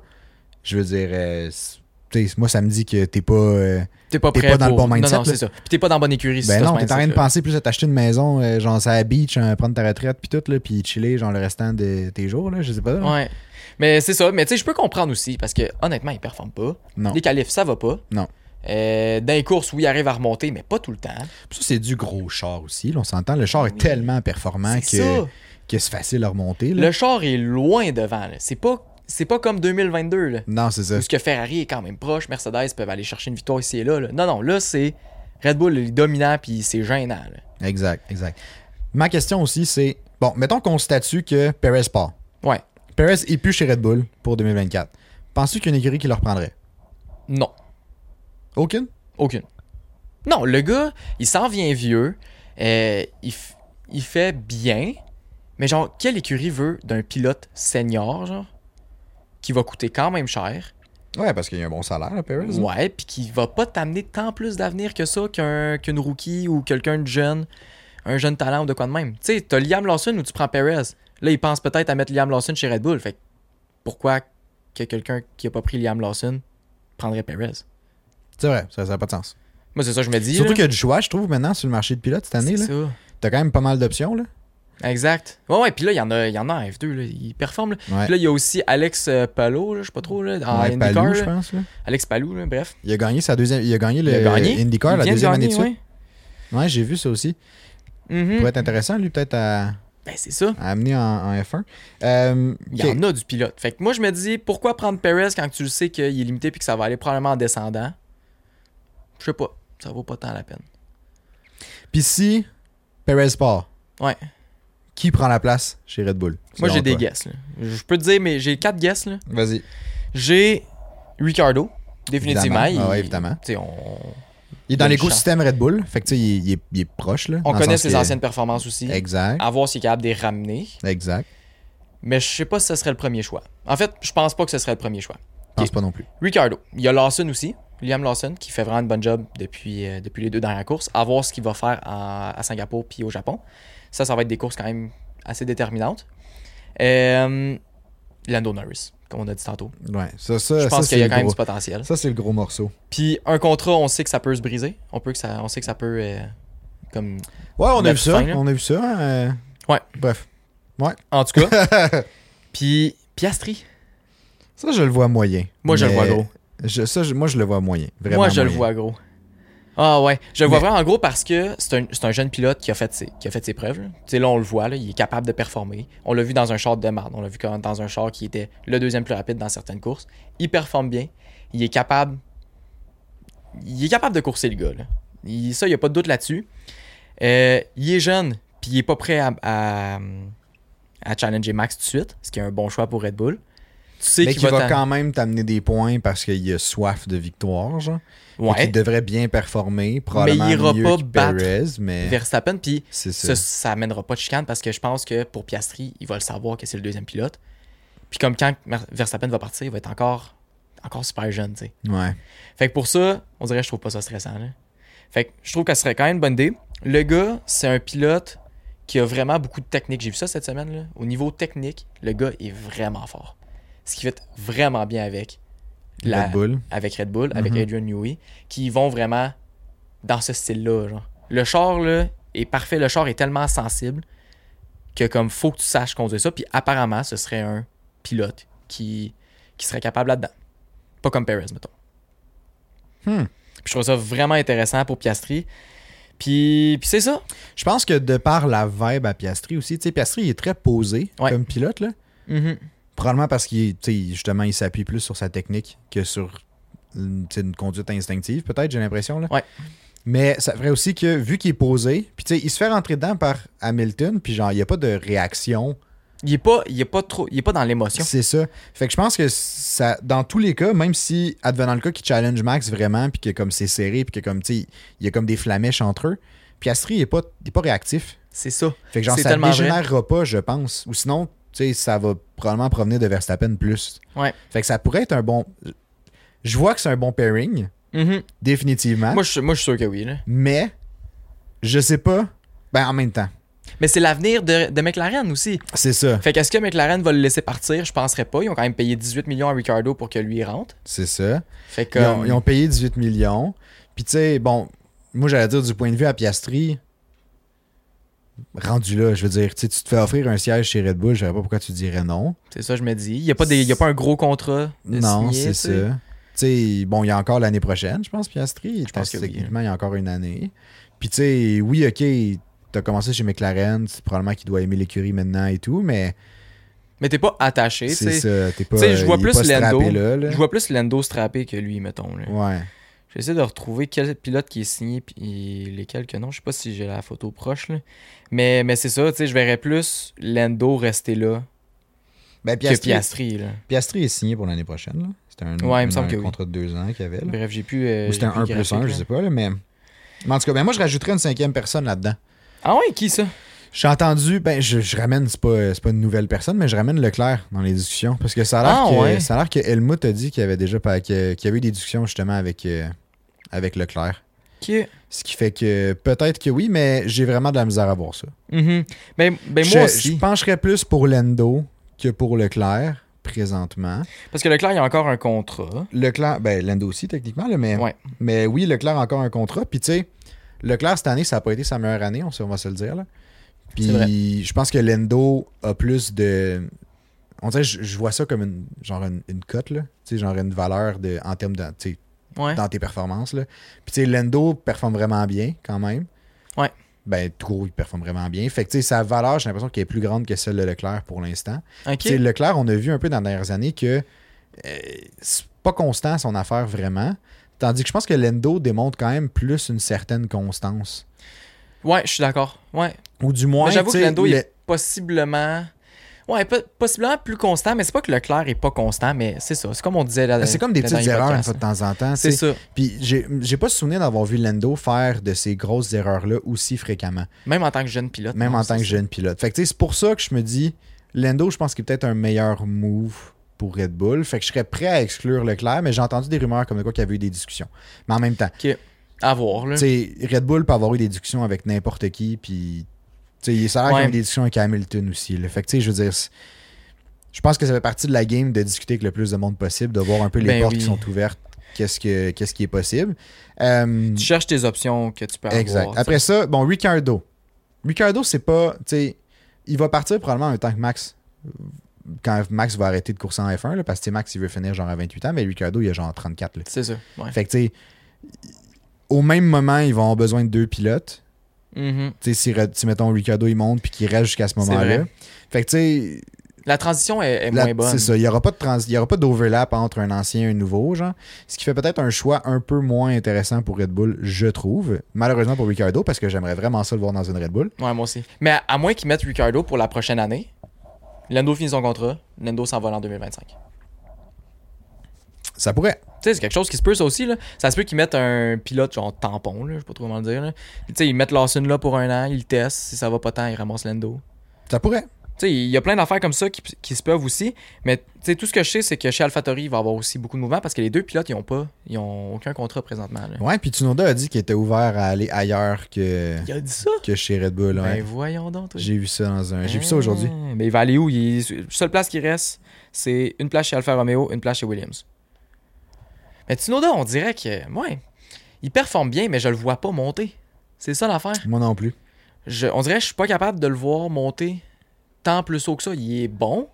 A: Je veux dire, euh, c'est- tu sais, moi ça me dit que t'es pas. euh,
B: T'es pas
A: T'es
B: prêt
A: pas dans le
B: pour-
A: bon mindset,
B: Non, non,
A: là.
B: c'est ça. Puis t'es pas dans la bonne écurie. si
A: ben
B: t'as
A: non,
B: ce
A: t'es en train de
B: mindset-là.
A: penser plus à t'acheter une maison, euh, genre ça à beach, hein, prendre ta retraite, puis tout, là, puis chiller, genre le restant de tes jours, là, je sais pas. là.
B: Ouais. Mais c'est ça. Mais tu sais, je peux comprendre aussi parce que honnêtement, il performe pas.
A: Non.
B: Les qualifs, ça va pas.
A: Non.
B: Euh, dans les courses, oui, il arrive à remonter, mais pas tout le temps.
A: Puis ça, c'est du gros char aussi, là, on s'entend. Le char est
B: Oui.
A: tellement performant
B: C'est
A: que,
B: ça.
A: que c'est facile à remonter. Là.
B: Le char est loin devant. là. C'est pas, c'est pas comme 2022. Là,
A: Non, c'est ça.
B: où ce que Ferrari est quand même proche, Mercedes peuvent aller chercher une victoire ici et là. là. Non, non, là, c'est Red Bull il est dominant puis c'est gênant. là.
A: Exact, exact. Ma question aussi, c'est. Bon, mettons qu'on statue que Perez part.
B: Ouais.
A: Perez est plus chez Red Bull pour 2024. Penses-tu qu'il y a une écurie qui le reprendrait
B: Non.
A: Aucune
B: Aucune. Non, le gars, il s'en vient vieux. euh, il, f- il fait bien. Mais genre, quelle écurie veut d'un pilote senior, genre, qui va coûter quand même cher,
A: Ouais, parce qu'il y a un bon salaire, là, Perez.
B: Ouais, puis qui va pas t'amener tant plus d'avenir que ça qu'un, qu'une rookie ou quelqu'un de jeune, un jeune talent ou de quoi de même. Tu sais, t'as Liam Lawson ou tu prends Perez. Là, ils pensent peut-être à mettre Liam Lawson chez Red Bull. Fait que pourquoi que quelqu'un qui a pas pris Liam Lawson prendrait Perez?
A: C'est vrai, ça n'a pas de sens.
B: Moi, c'est ça que je me dis.
A: Surtout
B: là.
A: qu'il y a du choix, je trouve, maintenant, sur le marché de pilotes cette année.
B: C'est
A: là.
B: ça.
A: T'as quand même pas mal d'options, là.
B: Exact. Ouais, ouais, puis là, il y, en a- il y en a en F2, là, il performe. Là.
A: Ouais.
B: Puis là, il y a aussi Alex euh, Palou, là, je sais pas trop, là, en
A: Ouais,
B: IndyCar.
A: Palou,
B: là.
A: je pense. là.
B: Alex Palou, là, bref.
A: Il a gagné sa deuxième. Il a gagné le
B: Il a gagné.
A: IndyCar
B: Il
A: la
B: vient de
A: deuxième année
B: gagner,
A: de suite. Ouais, j'ai vu ça aussi.
B: ouais. Mhm.
A: Pourrait être intéressant, lui, peut-être à,
B: Ben, c'est ça.
A: à amener en, en F1. Euh,
B: Il
A: ok.
B: y en a du pilote. Fait que moi, je me dis, pourquoi prendre Perez quand tu le sais qu'il est limité puis que ça va aller probablement en descendant Je sais pas. Ça vaut pas tant la peine.
A: Puis si Perez part,
B: Ouais.
A: qui prend la place chez Red Bull
B: Moi,
A: selon
B: j'ai des
A: toi?
B: guesses. là. Je peux te dire, mais j'ai quatre guesses. là.
A: Vas-y.
B: J'ai Ricardo, définitivement.
A: Évidemment. Ah
B: il-
A: Ouais, évidemment.
B: tu sais, On,
A: Il est dans
B: Il a une
A: l'écosystème Red Bull. Fait que, tu sais, il, il est, il est proche, là.
B: on
A: dans le
B: connaît
A: sens
B: ses
A: que-
B: anciennes Ah. performances aussi.
A: Exact.
B: À voir s'il est capable de les ramener.
A: Exact.
B: Mais je sais pas si ce serait le premier choix. En fait, je pense pas que ce serait le premier choix.
A: Je pense pas non plus.
B: Ricardo. Il y a Lawson aussi, Liam Lawson, qui fait vraiment une bonne job depuis, euh, depuis les deux dernières courses. À voir ce qu'il va faire à, à Singapour puis au Japon. Ça, ça va être des courses quand même assez déterminantes. Euh, Lando Norris, comme on a dit tantôt.
A: Ouais. Ça, ça,
B: Je
A: Euh, ça,
B: pense
A: c'est
B: qu'il y a
A: le
B: quand même
A: gros-
B: du potentiel.
A: Ça, c'est le gros morceau.
B: Puis un contrat, on sait que ça peut se briser. On, peut que ça, on sait que ça peut. euh, comme...
A: Ouais, on a vu
B: Mettre
A: ça.
B: fin, là.
A: On a vu ça. hein, euh,
B: Ouais.
A: Bref.
B: En tout cas. puis Piastri.
A: Ça, je le vois moyen.
B: Moi, je le
A: Mais
B: vois gros.
A: je- ça, je- moi, je le vois moyen. Vraiment
B: Moi, je le
A: moyen.
B: vois gros. Ah ouais, je le vois
A: Mais-
B: vraiment en gros parce que c'est un, c'est un jeune pilote qui a fait ses, qui a fait ses preuves. là. Tu sais, là, on le voit, là, il est capable de performer. On l'a vu dans un char de merde. On l'a vu quand- dans un char qui était le deuxième plus rapide dans certaines courses. Il performe bien. Il est capable. Il est capable de courser le gars. là. Il- ça, il n'y a pas de doute là-dessus. Euh, il est jeune, puis il est pas prêt à, à, à challenger Max tout de suite, ce qui est un bon choix pour Red Bull. Tu sais
A: Mais
B: qu'il
A: qui va
B: t'en-
A: quand même t'amener des points parce qu'il a soif de victoire, genre.
B: Ouais,
A: Il devrait bien performer, probablement
B: il ira
A: mieux
B: pas
A: que
B: battre
A: Perez, mais
B: Verstappen, puis
A: c'est
B: Ça,
A: ça.
B: ça amènera pas de chicane parce que je pense que pour Piastri, il va le savoir que c'est le deuxième pilote. Puis comme quand Mer- Verstappen va partir, il va être encore, encore super jeune, tu sais.
A: Ouais.
B: Fait que pour ça, on dirait que je trouve pas ça stressant. là. Fait que je trouve que ce serait quand même une bonne idée. Le gars, c'est un pilote qui a vraiment beaucoup de technique. J'ai vu ça cette semaine. Là. Au niveau technique, le gars est vraiment fort. Ce qui fait vraiment bien avec la-
A: Red Bull.
B: avec Red Bull, avec
A: Mhm.
B: Adrian Newey, qui vont vraiment dans ce style-là. genre. Le char là, est parfait, le char est tellement sensible que comme faut que tu saches conduire ça, puis apparemment ce serait un pilote qui, qui serait capable là-dedans. Pas comme Perez, mettons.
A: Hmm.
B: Puis je trouve ça vraiment intéressant pour Piastri. Puis, puis c'est ça.
A: Je pense que de par la vibe à Piastri aussi, tu sais, Piastri il est très posé
B: Ouais.
A: comme pilote, là.
B: Mhm.
A: Probablement parce qu'il est- tu sais, justement il s'appuie plus sur sa technique que sur une, tu sais, une conduite instinctive, peut-être, j'ai l'impression. là.
B: Ouais.
A: Mais ça ferait aussi que vu qu'il est posé, puis tu sais, il se fait rentrer dedans par Hamilton, puis genre, il n'y a pas de réaction.
B: Il est pas, il est pas trop, il est pas dans l'émotion.
A: C'est ça. Fait que je pense que ça, dans tous les cas, même si advenant le cas qui challenge Max vraiment, puis que comme c'est serré, puis que comme tu sais, il y a comme des flamèches entre eux, Piastri est pas, il est pas réactif.
B: C'est ça.
A: Fait que genre
B: C'est
A: ça
B: tellement vrai.
A: dégénérera pas, je pense. Ou sinon, tu sais, ça va probablement provenir de Verstappen plus.
B: Ouais.
A: Fait que ça pourrait être un bon. Je vois que c'est un bon pairing,
B: Mhm.
A: définitivement.
B: Moi, je, suis- moi, je suis sûr que oui. là.
A: Mais je sais pas. Ben en même temps,
B: Mais c'est l'avenir de, de McLaren aussi.
A: c'est ça,
B: Fait qu'est-ce que McLaren va le laisser partir? Je penserais pas. Ils ont quand même payé 18 millions à Ricardo pour que lui il rentre.
A: c'est ça.
B: Fait que.
A: Ils ont, ils ont payé 18 millions. Puis tu sais, bon, moi j'allais dire du point de vue à Piastri, rendu là, je veux dire, tu sais, tu te fais offrir un siège chez Red Bull, je sais pas pourquoi tu dirais non.
B: C'est ça, je me dis. Il n'y a, pas des- il y a pas un gros contrat. de
A: non,
B: signé,
A: c'est
B: tu
A: ça.
B: sais.
A: Tu sais, bon, il y a encore l'année prochaine, je pense, Piastri. Je
B: pense que oui,
A: techniquement, il y a encore une année. Puis tu sais, oui, ok, t'as commencé chez McLaren, c'est probablement qu'il doit aimer l'écurie maintenant et tout, mais
B: Mais t'es pas attaché. tu
A: c'est
B: sais.
A: ça, t'es pas.
B: Tu sais, je vois
A: il est
B: plus
A: pas strappé
B: Lando.
A: Là, là.
B: Je vois plus Lando strappé que lui, mettons. là.
A: Ouais.
B: J'essaie de retrouver quel pilote qui est signé puis lesquels que non. Je sais pas si j'ai la photo proche. là. Mais, mais c'est ça, tu sais, je verrais plus Lando rester là
A: Ben, Piastri,
B: que Piastri. là.
A: Piastri est signé pour l'année prochaine. là. C'était un,
B: Ouais, il
A: un-
B: me semble
A: un
B: que oui.
A: contrat de deux ans qu'il y avait. là.
B: Bref, j'ai plus. euh,
A: Ou c'était
B: j'ai
A: un
B: plus
A: 1
B: le
A: plus
B: graphique,
A: 1, je
B: là.
A: sais pas, là, mais... mais en tout cas, ben moi, je rajouterais une cinquième personne là-dedans.
B: Ah ouais, qui ça
A: J'ai entendu, ben je, je ramène, c'est pas, c'est pas une nouvelle personne, mais je ramène Leclerc dans les discussions. Parce que ça a l'air
B: Ah,
A: que
B: ouais.
A: ça a l'air que Helmut a dit qu'il y avait déjà pas- que- qu'il y avait eu des discussions justement avec, euh, avec Leclerc.
B: Ok.
A: Ce qui fait que peut-être que oui, mais j'ai vraiment de la misère à voir ça.
B: Mhm. Mais, ben,
A: je,
B: moi
A: je
B: aussi.
A: pencherais plus pour Lendo que pour Leclerc présentement.
B: Parce que Leclerc, il a encore un contrat.
A: Leclerc, ben Lando aussi techniquement, là, mais,
B: Ouais.
A: mais oui, Leclerc a encore un contrat. Puis tu sais, Leclerc cette année, ça n'a pas été sa meilleure année, on, se- on va se le dire. Là.
B: C'est vrai.
A: Puis je pense que Lando a plus de. On dirait, je, je vois ça comme une, genre une, une cote, là. Tu sais, genre une valeur de, en termes de, tu sais,
B: Ouais.
A: dans tes performances. Là. Puis tu sais, Lendo performe vraiment bien quand même.
B: Ouais.
A: Ben, trop, il performe vraiment bien. Fait que tu sais, sa valeur, j'ai l'impression qu'elle est plus grande que celle de Leclerc pour l'instant.
B: Ok.
A: Tu sais, Leclerc, on a vu un peu dans les dernières années que euh, c'est pas constant son affaire vraiment. Tandis que je pense que Lendo démontre quand même plus une certaine constance.
B: Ouais, je suis d'accord. Ouais.
A: Ou du moins,
B: Mais j'avoue
A: tu
B: que
A: sais,
B: Lando,
A: le-
B: il est possiblement. Ouais, po- possiblement plus constant, mais c'est pas que Leclerc est pas constant, mais c'est ça. C'est comme on disait là
A: c'est comme des
B: dans le
A: petites
B: dernier
A: erreurs une
B: podcast,
A: fois de temps en temps.
B: hein. C'est
A: tu sais.
B: ça.
A: Puis j'ai j'ai pas souvenir d'avoir vu Lendo faire de ces grosses erreurs-là aussi fréquemment,
B: Même en tant que jeune pilote.
A: même
B: non,
A: en tant
B: c'est
A: que
B: ça.
A: jeune pilote. Fait que tu sais, c'est pour ça que je me dis, Lendo, je pense qu'il est peut-être un meilleur move pour Red Bull. Fait que je serais prêt à exclure Leclerc, mais j'ai entendu des rumeurs comme de quoi qu'il y avait eu des discussions. Mais en même temps,
B: À voir, là.
A: Tu sais, Red Bull peut avoir eu des discussions avec n'importe qui, puis tu sais, ça a l'air
B: Ouais.
A: qu'il y a eu des discussions avec Hamilton aussi. Là. Fait que tu sais, je veux dire, c'est- je pense que ça fait partie de la game de discuter avec le plus de monde possible, de voir un peu les
B: Ben
A: portes
B: oui.
A: qui sont ouvertes, qu'est-ce que qu'est-ce qui est possible. Euh,
B: Tu cherches tes options que tu peux avoir.
A: exact.
B: tu sais.
A: Après ça, bon, Ricardo. Ricardo, c'est pas, tu sais, il va partir probablement en temps que Max. Quand Max va arrêter de courser en F1, là, parce que tu sais, Max, il veut finir genre à 28 ans, mais Ricardo, il a genre 34. là.
B: C'est ça. Ouais.
A: Fait que, tu sais, au même moment, ils vont avoir besoin de deux pilotes.
B: Mhm.
A: Tu sais, si, Red- si, mettons, Ricardo, il monte puis qu'il reste jusqu'à ce moment-là.
B: vrai.
A: Fait que, tu
B: La transition est, est
A: sais, la-
B: moins bonne.
A: c'est ça. Il n'y aura pas de trans- il y aura pas d'overlap entre un ancien et un nouveau, genre. Ce qui fait peut-être un choix un peu moins intéressant pour Red Bull, je trouve. Malheureusement pour Ricardo, parce que j'aimerais vraiment ça le voir dans une Red Bull.
B: Ouais, moi aussi. Mais à, à moins qu'ils mettent Ricardo pour la prochaine année, Lando finit son contrat, Lando s'envole en 2025. Tu
A: Ça pourrait.
B: sais, c'est quelque chose qui se peut, ça aussi. Là. Ça se peut qu'ils mettent un pilote genre tampon, là, je sais pas trop comment le dire. là. Tu sais, ils mettent Lawson là pour un an, ils le testent. Si ça va pas tant, ils ramassent Lando.
A: Ça pourrait.
B: Tu sais, il y a plein d'affaires comme ça qui, qui se peuvent aussi. Mais tu sais, tout ce que je sais, c'est que chez AlphaTauri, il va y avoir aussi beaucoup de mouvements parce que les deux pilotes, ils ont pas, ils ont aucun contrat présentement. là.
A: Ouais, puis Tsunoda a dit qu'il était ouvert à aller ailleurs que,
B: Il a dit ça?
A: que chez Red Bull. ouais.
B: Ben voyons donc. toi.
A: J'ai vu ça dans un. Ben, J'ai vu ça aujourd'hui.
B: Ah, Mais il va aller où il... La seule place qui reste, c'est une place chez Alfa Romeo, une place chez Williams. Mais Tsunoda, on dirait que. Ouais. Il performe bien, mais je le vois pas monter. C'est ça l'affaire.
A: Moi non plus.
B: Je... On dirait que je suis pas capable de le voir monter tant plus haut que ça. Il est bon.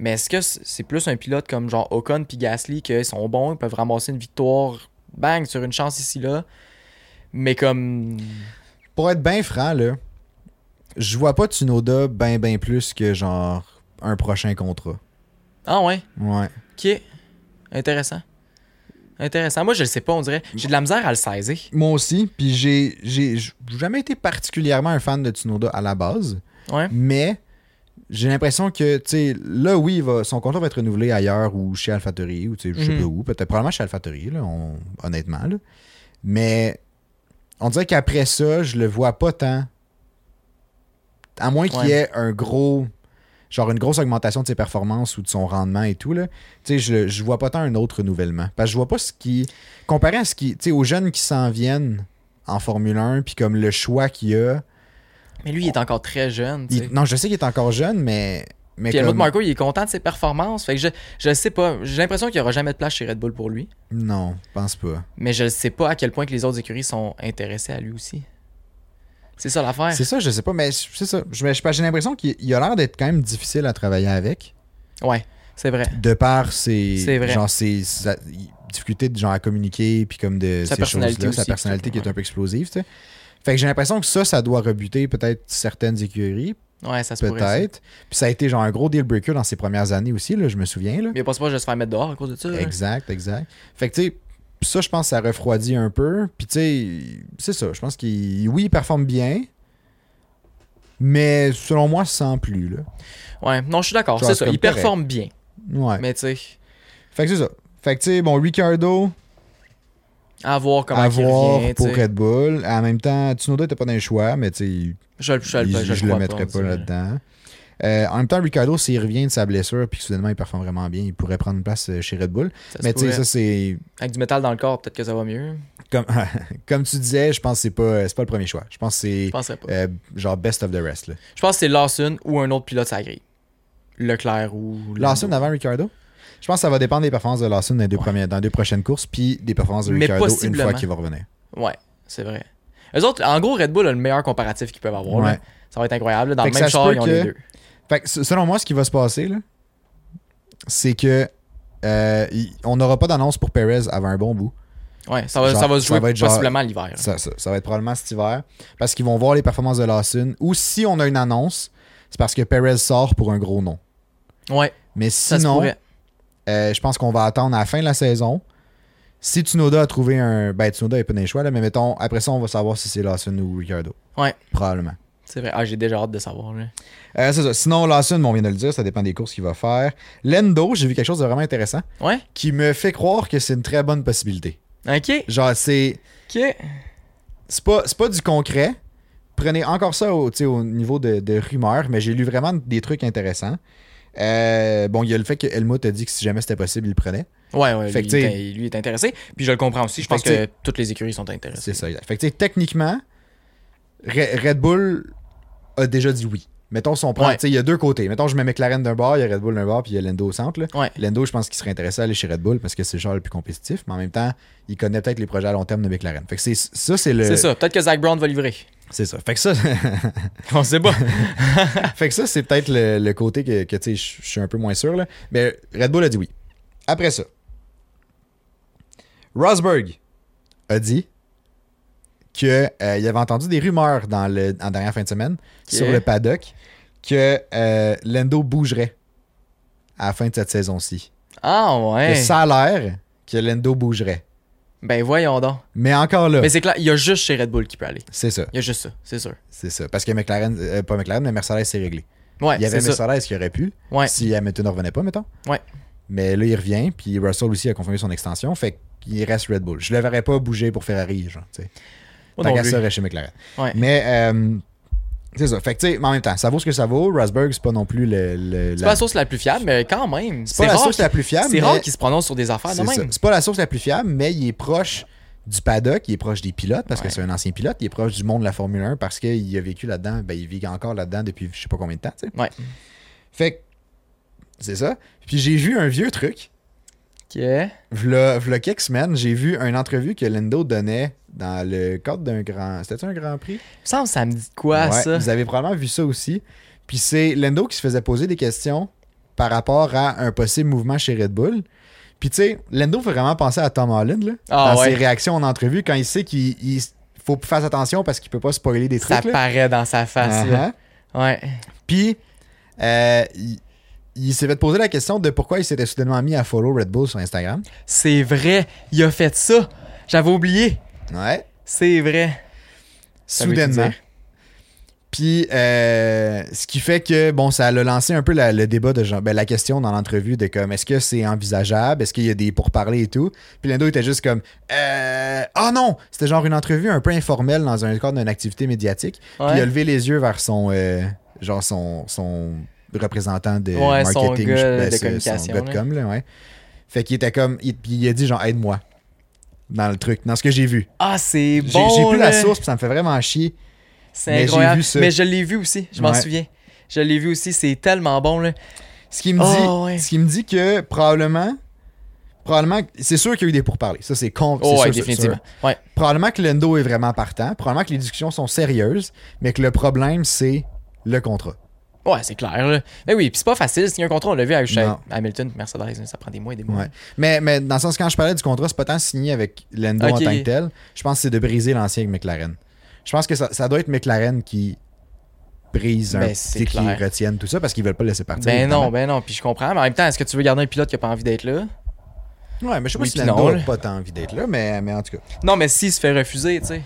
B: Mais est-ce que c- c'est plus un pilote comme genre Ocon puis Gasly qui sont bons, ils peuvent ramasser une victoire, bang, sur une chance ici-là. Mais comme.
A: pour être bien franc, là, je vois pas Tsunoda bien ben plus que genre un prochain contrat.
B: Ah ouais.
A: Ouais.
B: Ok. Intéressant. Intéressant. Moi, je le sais pas, on dirait. J'ai de la misère à le saisir.
A: Moi aussi, puis j'ai j'ai j'ai jamais été particulièrement un fan de Tsunoda à la base,
B: Ouais.
A: mais j'ai l'impression que, tu sais, là, oui, il va- son contrat va être renouvelé ailleurs ou chez AlphaTauri ou, tu sais, je sais
B: Mhm.
A: pas où, peut-être probablement chez AlphaTauri, là, on- honnêtement, là. Mais on dirait qu'après ça, je le vois pas tant. À moins qu'il y
B: Ouais.
A: ait un gros. Genre une grosse augmentation de ses performances ou de son rendement et tout, là. Tu sais, je, le- je vois pas tant un autre renouvellement. Parce que je vois pas ce qui. Comparé à ce qui. Tu sais, aux jeunes qui s'en viennent en Formule 1, puis comme le choix qu'il y a.
B: Mais lui, il est encore très jeune. tu
A: il-
B: sais.
A: non, je sais qu'il est encore jeune, mais. mais
B: Puis Helmut
A: comme-
B: Marko, il est content de ses performances. Fait que je, je sais pas. J'ai l'impression qu'il y aura jamais de place chez Red Bull pour lui.
A: Non, je pense pas.
B: Mais je sais pas à quel point que les autres écuries sont intéressées à lui aussi. C'est ça l'affaire.
A: C'est ça, je sais pas, mais c'est ça. Je- mais je sais pas, J'ai l'impression qu'il il a l'air d'être quand même difficile à travailler avec.
B: Ouais, c'est vrai.
A: de par ses,
B: C'est vrai.
A: genre, ses, sa- y- difficultés de genre à communiquer puis comme de
B: Sa
A: ces
B: personnalité
A: choses-là, sa
B: aussi,
A: personnalité qui est
B: surtout,
A: un peu explosive, tu sais. Fait que j'ai l'impression que ça, ça doit rebuter peut-être certaines écuries,
B: Ouais, ça se pourrait. ça.
A: peut-être. Puis ça a été genre un gros deal breaker dans ses premières années aussi, là, je me souviens. Là.
B: Mais il pense pas que je vais se faire mettre dehors à cause de ça. là.
A: Exact, exact. Fait que tu sais, ça, je pense que ça refroidit un peu. Puis tu sais, c'est ça. Je pense qu'il, oui, il performe bien, mais selon moi, sans plus, là.
B: Ouais, non, je suis d'accord.
A: Genre,
B: C'est
A: c'est
B: ça.
A: comme
B: Il performe bien.
A: Ouais.
B: Mais tu sais,
A: Fait que c'est ça. Fait que tu sais, bon, Ricardo,
B: À voir comment
A: à
B: il
A: voir
B: revient.
A: pour
B: tu sais.
A: Red Bull. En même temps, Tsunoda n'était pas dans les choix, mais tu sais, il-
B: Je, le- je, le-
A: il-
B: je,
A: je,
B: crois
A: le mettrais
B: on
A: pas
B: dirait.
A: là-dedans. Euh, en même temps, Ricardo, s'il revient de sa blessure puis que soudainement il performe vraiment bien, il pourrait prendre une place euh, chez Red Bull.
B: Ça se
A: mais tu sais,
B: pourrait.
A: ça c'est.
B: Avec du métal dans le corps, peut-être que ça va mieux.
A: Comme, comme tu disais, je pense que c'est pas, c'est pas le premier choix. Je pense que
B: Je
A: c'est
B: penserais pas.
A: euh, genre best of the rest. Là.
B: Je pense que c'est Lawson ou un autre pilote de sa grille. Leclerc ou. Lando.
A: Lawson avant Ricardo Je pense que ça va dépendre des performances de Lawson dans les deux,
B: Ouais.
A: premières- dans les deux prochaines courses, puis des performances de
B: Mais
A: Ricardo une
B: possiblement.
A: fois qu'il va revenir.
B: Ouais, c'est vrai. Eux autres, en gros, Red Bull a le meilleur comparatif qu'ils peuvent avoir. là.
A: Ouais.
B: Ça va être incroyable. là. Dans
A: Fait
B: le
A: que
B: même
A: ça se
B: char,
A: peut
B: ils ont
A: que-
B: les deux.
A: Fait que, s- selon moi, ce qui va se passer, là, c'est que euh, il- on n'aura pas d'annonce pour Perez avant un bon bout.
B: Ouais, ça va,
A: Genre,
B: ça va se
A: ça
B: jouer
A: va être genre-
B: possiblement l'hiver.
A: Ça, ça- ça va être probablement cet hiver. Parce qu'ils vont voir les performances de Lawson. Ou si on a une annonce, c'est parce que Perez sort pour un gros nom.
B: Ouais,
A: Mais
B: ça se
A: sinon,
B: pourrait.
A: euh, je pense qu'on va attendre à la fin de la saison. Si Tsunoda a trouvé un. Ben, Tsunoda n'est pas dans les choix, là, mais mettons, après ça, on va savoir si c'est Lawson ou Ricardo.
B: Ouais.
A: Probablement.
B: C'est vrai. Ah, j'ai déjà hâte de savoir. là.
A: Euh, c'est ça. Sinon, Lawson, bon, on vient de le dire, ça dépend des courses qu'il va faire. Lendo, j'ai vu quelque chose de vraiment intéressant
B: Ouais,
A: qui me fait croire que c'est une très bonne possibilité.
B: ok,
A: Genre, c'est.
B: ok.
A: c'est pas, c'est pas du concret. Prenez encore ça au, tu sais, au niveau de, de rumeurs, mais j'ai lu vraiment des trucs intéressants. Euh, bon, il y a le fait que Helmut a dit que si jamais c'était possible, il le prenait.
B: Ouais, ouais,
A: Fait
B: lui,
A: que, tu sais-
B: il est- lui est intéressé. Puis je le comprends aussi. Je
A: Fait
B: pense
A: que, tu
B: que toutes les écuries sont intéressées.
A: C'est ça, exact. Fait que, tu sais, techniquement, Re- Red Bull a déjà dit oui. Mettons, si on prend,
B: Ouais.
A: tu sais, il y a deux côtés. Mettons, je mets McLaren d'un bord, il y a Red Bull d'un bord, puis il y a Lendo au centre. là.
B: Ouais.
A: Lendo, je pense qu'il serait intéressé à aller chez Red Bull parce que c'est le genre le plus compétitif, mais en même temps, il connaît peut-être les projets à long terme de McLaren. Fait que c'est ça, c'est le.
B: C'est ça. Peut-être que Zach Brown va livrer.
A: C'est ça. Fait que ça,
B: On sait pas.
A: Fait que ça, c'est peut-être le, le côté que, que, tu sais, je je suis un peu moins sûr. Là. Mais Red Bull a dit oui. Après ça, Rosberg a dit qu'il avait entendu des rumeurs dans le, en dernière fin de semaine
B: Ok.
A: sur le paddock que euh, Lando bougerait à la fin de cette saison-ci.
B: Ah, ouais.
A: Que ça a l'air que Lando bougerait.
B: Ben voyons donc.
A: Mais encore là,
B: Mais c'est clair, il y a juste chez Red Bull qui peut aller.
A: c'est ça,
B: Il y a juste ça, c'est sûr.
A: c'est ça. Parce que McLaren, euh, pas McLaren, mais Mercedes s'est réglé.
B: Ouais,
A: Il y avait
B: c'est ça.
A: Mercedes qui aurait pu,
B: Ouais.
A: si Hamilton ne revenait pas, mettons.
B: Ouais.
A: Mais là, il revient, puis Russell aussi a confirmé son extension, fait qu'il reste Red Bull. Je le verrais pas bouger pour Ferrari, genre, tu sais.
B: Moi
A: Tant
B: non
A: qu'à
B: plus.
A: ça, reste chez McLaren.
B: Ouais.
A: Mais, euh, c'est ça. Fait que, tu sais, mais en même temps, ça vaut ce que ça vaut. Rosberg, c'est pas non plus le. le-
B: C'est
A: la...
B: pas la source la plus fiable, mais quand même.
A: c'est pas la
B: rare
A: source
B: qu'il-
A: la plus fiable.
B: C'est
A: mais-
B: rare qu'ils se prononcent sur des affaires de
A: c'est ça.
B: même.
A: C'est pas la source la plus fiable, mais il est proche du paddock, il est proche des pilotes parce
B: Ouais.
A: que c'est un ancien pilote, il est proche du monde de la Formule 1 parce qu'il a vécu là-dedans, ben, il vit encore là-dedans depuis je sais pas combien de temps. tu sais.
B: Ouais.
A: Fait que c'est ça. Puis j'ai vu un vieux truc.
B: Ok.
A: V'là, v'là quelques semaines, j'ai vu une entrevue que Lendo donnait dans le cadre d'un grand. C'était un grand prix?
B: Il me semble que ça me dit de quoi,
A: Ouais,
B: ça?
A: Vous avez probablement vu ça aussi. Puis c'est Lendo qui se faisait poser des questions par rapport à un possible mouvement chez Red Bull. Puis tu sais, Lendo fait vraiment penser à Tom Holland là,
B: Ah
A: dans
B: ouais.
A: ses réactions en entrevue quand il sait qu'il il faut qu'il fasse attention parce qu'il peut pas spoiler des
B: Ça hein.
A: trucs. là.
B: paraît dans sa face, là.
A: Uh-huh.
B: Ouais.
A: Puis euh, il, il s'est fait poser la question de pourquoi il s'était soudainement mis à follow Red Bull sur Instagram.
B: C'est vrai, il a fait ça. J'avais oublié.
A: Ouais.
B: C'est vrai. Ça veut tout
A: Soudainement.
B: dire.
A: Puis, euh, ce qui fait que, bon, ça a lancé un peu la- le débat de genre, ben, la question dans l'entrevue de comme, est-ce que c'est envisageable? Est-ce qu'il y a des pourparlers et tout? Puis Lando était juste comme, euh, ah non! C'était genre une entrevue un peu informelle dans un cadre d'une activité médiatique. Puis il a
B: Ouais.
A: levé les yeux vers son, euh, genre son, son représentant de
B: Ouais, son
A: marketing,
B: gars
A: je-
B: de
A: ce-
B: communication,
A: gars de com, là, ouais. Fait qu'il était comme, il, puis il a dit genre, aide-moi dans le truc, dans ce que j'ai vu.
B: Ah, c'est
A: J'ai-
B: bon.
A: j'ai plus la
B: là.
A: source, puis ça me fait vraiment chier. mais
B: C'est
A: j'ai
B: incroyable.
A: vu ça.
B: Mais je l'ai vu aussi, je m'en
A: Ouais.
B: souviens. Je l'ai vu aussi, c'est tellement bon, là.
A: Ce qui me dit,
B: Ah, ouais.
A: ce qui me dit que probablement, probablement, c'est sûr qu'il y a eu des pourparlers. Ça, c'est con. c'est
B: Oh,
A: sûr,
B: ouais,
A: sûr,
B: définitivement.
A: sûr.
B: Ouais.
A: Probablement que Lendo est vraiment partant. Probablement que les discussions sont sérieuses, mais que le problème, c'est le contrat.
B: Ouais, c'est clair, là. Mais oui, puis c'est pas facile. Signer un contrat, on l'a vu avec chez
A: Non.
B: Hamilton puis Mercedes, là, ça prend des mois et des mois.
A: Ouais. Mais, mais dans le sens, quand je parlais du contrat, c'est pas tant signé avec Lendo
B: Ok.
A: en tant que tel. Je pense que c'est de briser l'ancien avec McLaren. Je pense que ça, ça doit être McLaren qui brise un
B: Ben, c'est
A: qui
B: clair.
A: retiennent tout ça parce qu'ils veulent pas le laisser partir.
B: Ben
A: évidemment.
B: non, ben non, puis je comprends, mais en même temps, est-ce que tu veux garder un pilote qui a pas envie d'être là?
A: Ouais, mais je sais pas
B: Oui,
A: si
B: puis
A: Lando
B: non,
A: a
B: là.
A: pas tant envie d'être là, mais, mais en tout cas.
B: Non, mais s'il se fait refuser, tu sais.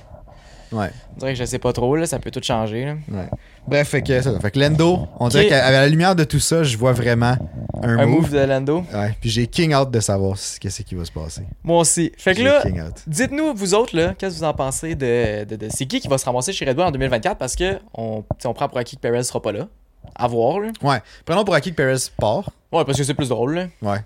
A: Ouais.
B: On dirait que je sais pas trop, là, ça peut tout changer, là.
A: Ouais. Bref, fait que, ça, fait que Lendo, on dirait qu'à à la lumière de tout ça, je vois vraiment un,
B: Un
A: move.
B: move de Lando.
A: Ouais, puis j'ai king out de savoir ce qu'est-ce qui va se passer.
B: Moi aussi. Fait que
A: J'ai
B: là,
A: king out.
B: dites-nous, vous autres, là, qu'est-ce que vous en pensez de. de, de- c'est qui qui va se ramasser chez Red Bull en 2024 parce que on, tu sais, on prend pour acquis que Perez sera pas là. À voir, là.
A: Ouais, prenons pour acquis que Perez part.
B: Ouais, parce que c'est plus drôle, là.
A: Ouais.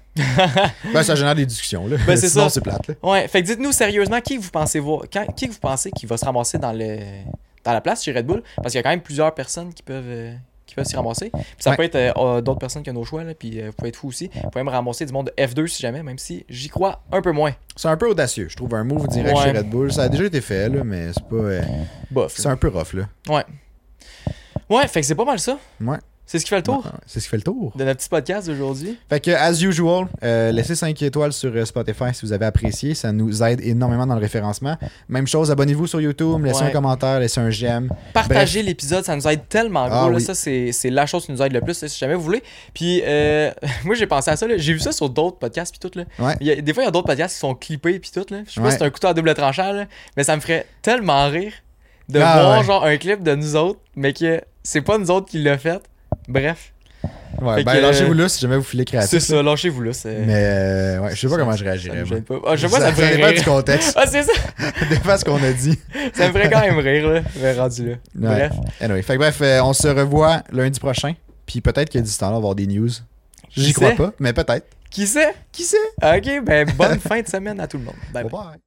A: ben, ça génère des discussions, là.
B: Ben, c'est
A: Sinon,
B: ça.
A: c'est plate, là.
B: Ouais, fait que dites-nous sérieusement qui vous pensez voir, quand- qui vous pensez qui va se ramasser dans le dans la place chez Red Bull parce qu'il y a quand même plusieurs personnes qui peuvent euh, qui peuvent s'y ramasser. Puis ça
A: Ouais.
B: peut être euh, euh, d'autres personnes que nos choix là, puis euh, vous pouvez être fou aussi. Vous pouvez même ramasser du monde de F2 si jamais, même si j'y crois un peu moins.
A: C'est un peu audacieux. Je trouve un move direct
B: Ouais.
A: chez Red Bull. Ça a déjà été fait, là, mais c'est pas. euh,
B: Bof.
A: c'est un peu rough, là.
B: Ouais, fait que c'est pas mal ça.
A: Ouais.
B: C'est ce qui fait le tour
A: Ouais, C'est ce qui fait le tour.
B: de notre petit podcast d'aujourd'hui.
A: Fait que, as usual, euh, laissez 5 étoiles sur euh, Spotify si vous avez apprécié. Ça nous aide énormément dans le référencement. Même chose, abonnez-vous sur YouTube, laissez
B: Ouais.
A: un commentaire, laissez un j'aime.
B: Partagez l'épisode, ça nous aide tellement gros.
A: Ah
B: là.
A: oui.
B: Ça, c'est c'est la chose qui nous aide le plus, là, si jamais vous voulez. Puis, euh, moi, j'ai pensé à ça. là. J'ai vu ça sur d'autres podcasts, puis tout. Là.
A: Ouais.
B: Il y a- des fois, il y a d'autres podcasts qui sont clippés, puis tout. Là. Je sais pas
A: Ouais.
B: si c'est un couteau à double tranchant, là, mais ça me ferait tellement rire de
A: Ah,
B: voir
A: ouais.
B: genre un clip de nous autres, mais que c'est pas nous autres qui l'a fait. Bref,
A: Ouais,
B: Fait
A: ben,
B: que, euh,
A: lâchez-vous là si jamais vous filez
B: c'est
A: créatif.
B: ça, lâchez-vous là. c'est-
A: Ah, Mais, euh, ouais, je sais pas comment je
B: ça
A: réagirais.
B: me
A: moi.
B: gêne pas. Ah, je vois, ça, me ferait
A: dépend
B: rire.
A: du contexte,
B: Ah, c'est ça!
A: ça dépend de ce qu'on a dit.
B: Ça me ferait quand même rire, là. Mais rendu là. Bref.
A: Anyway, fait que bref, euh, on se revoit lundi prochain. Puis peut-être que d'ici là, on va avoir des news.
B: Qui
A: J'y crois
B: sait?
A: pas, mais peut-être.
B: Qui sait?
A: Qui sait?
B: Ok, ben bonne fin de semaine à tout le monde. Bye bye.
A: Bye bye.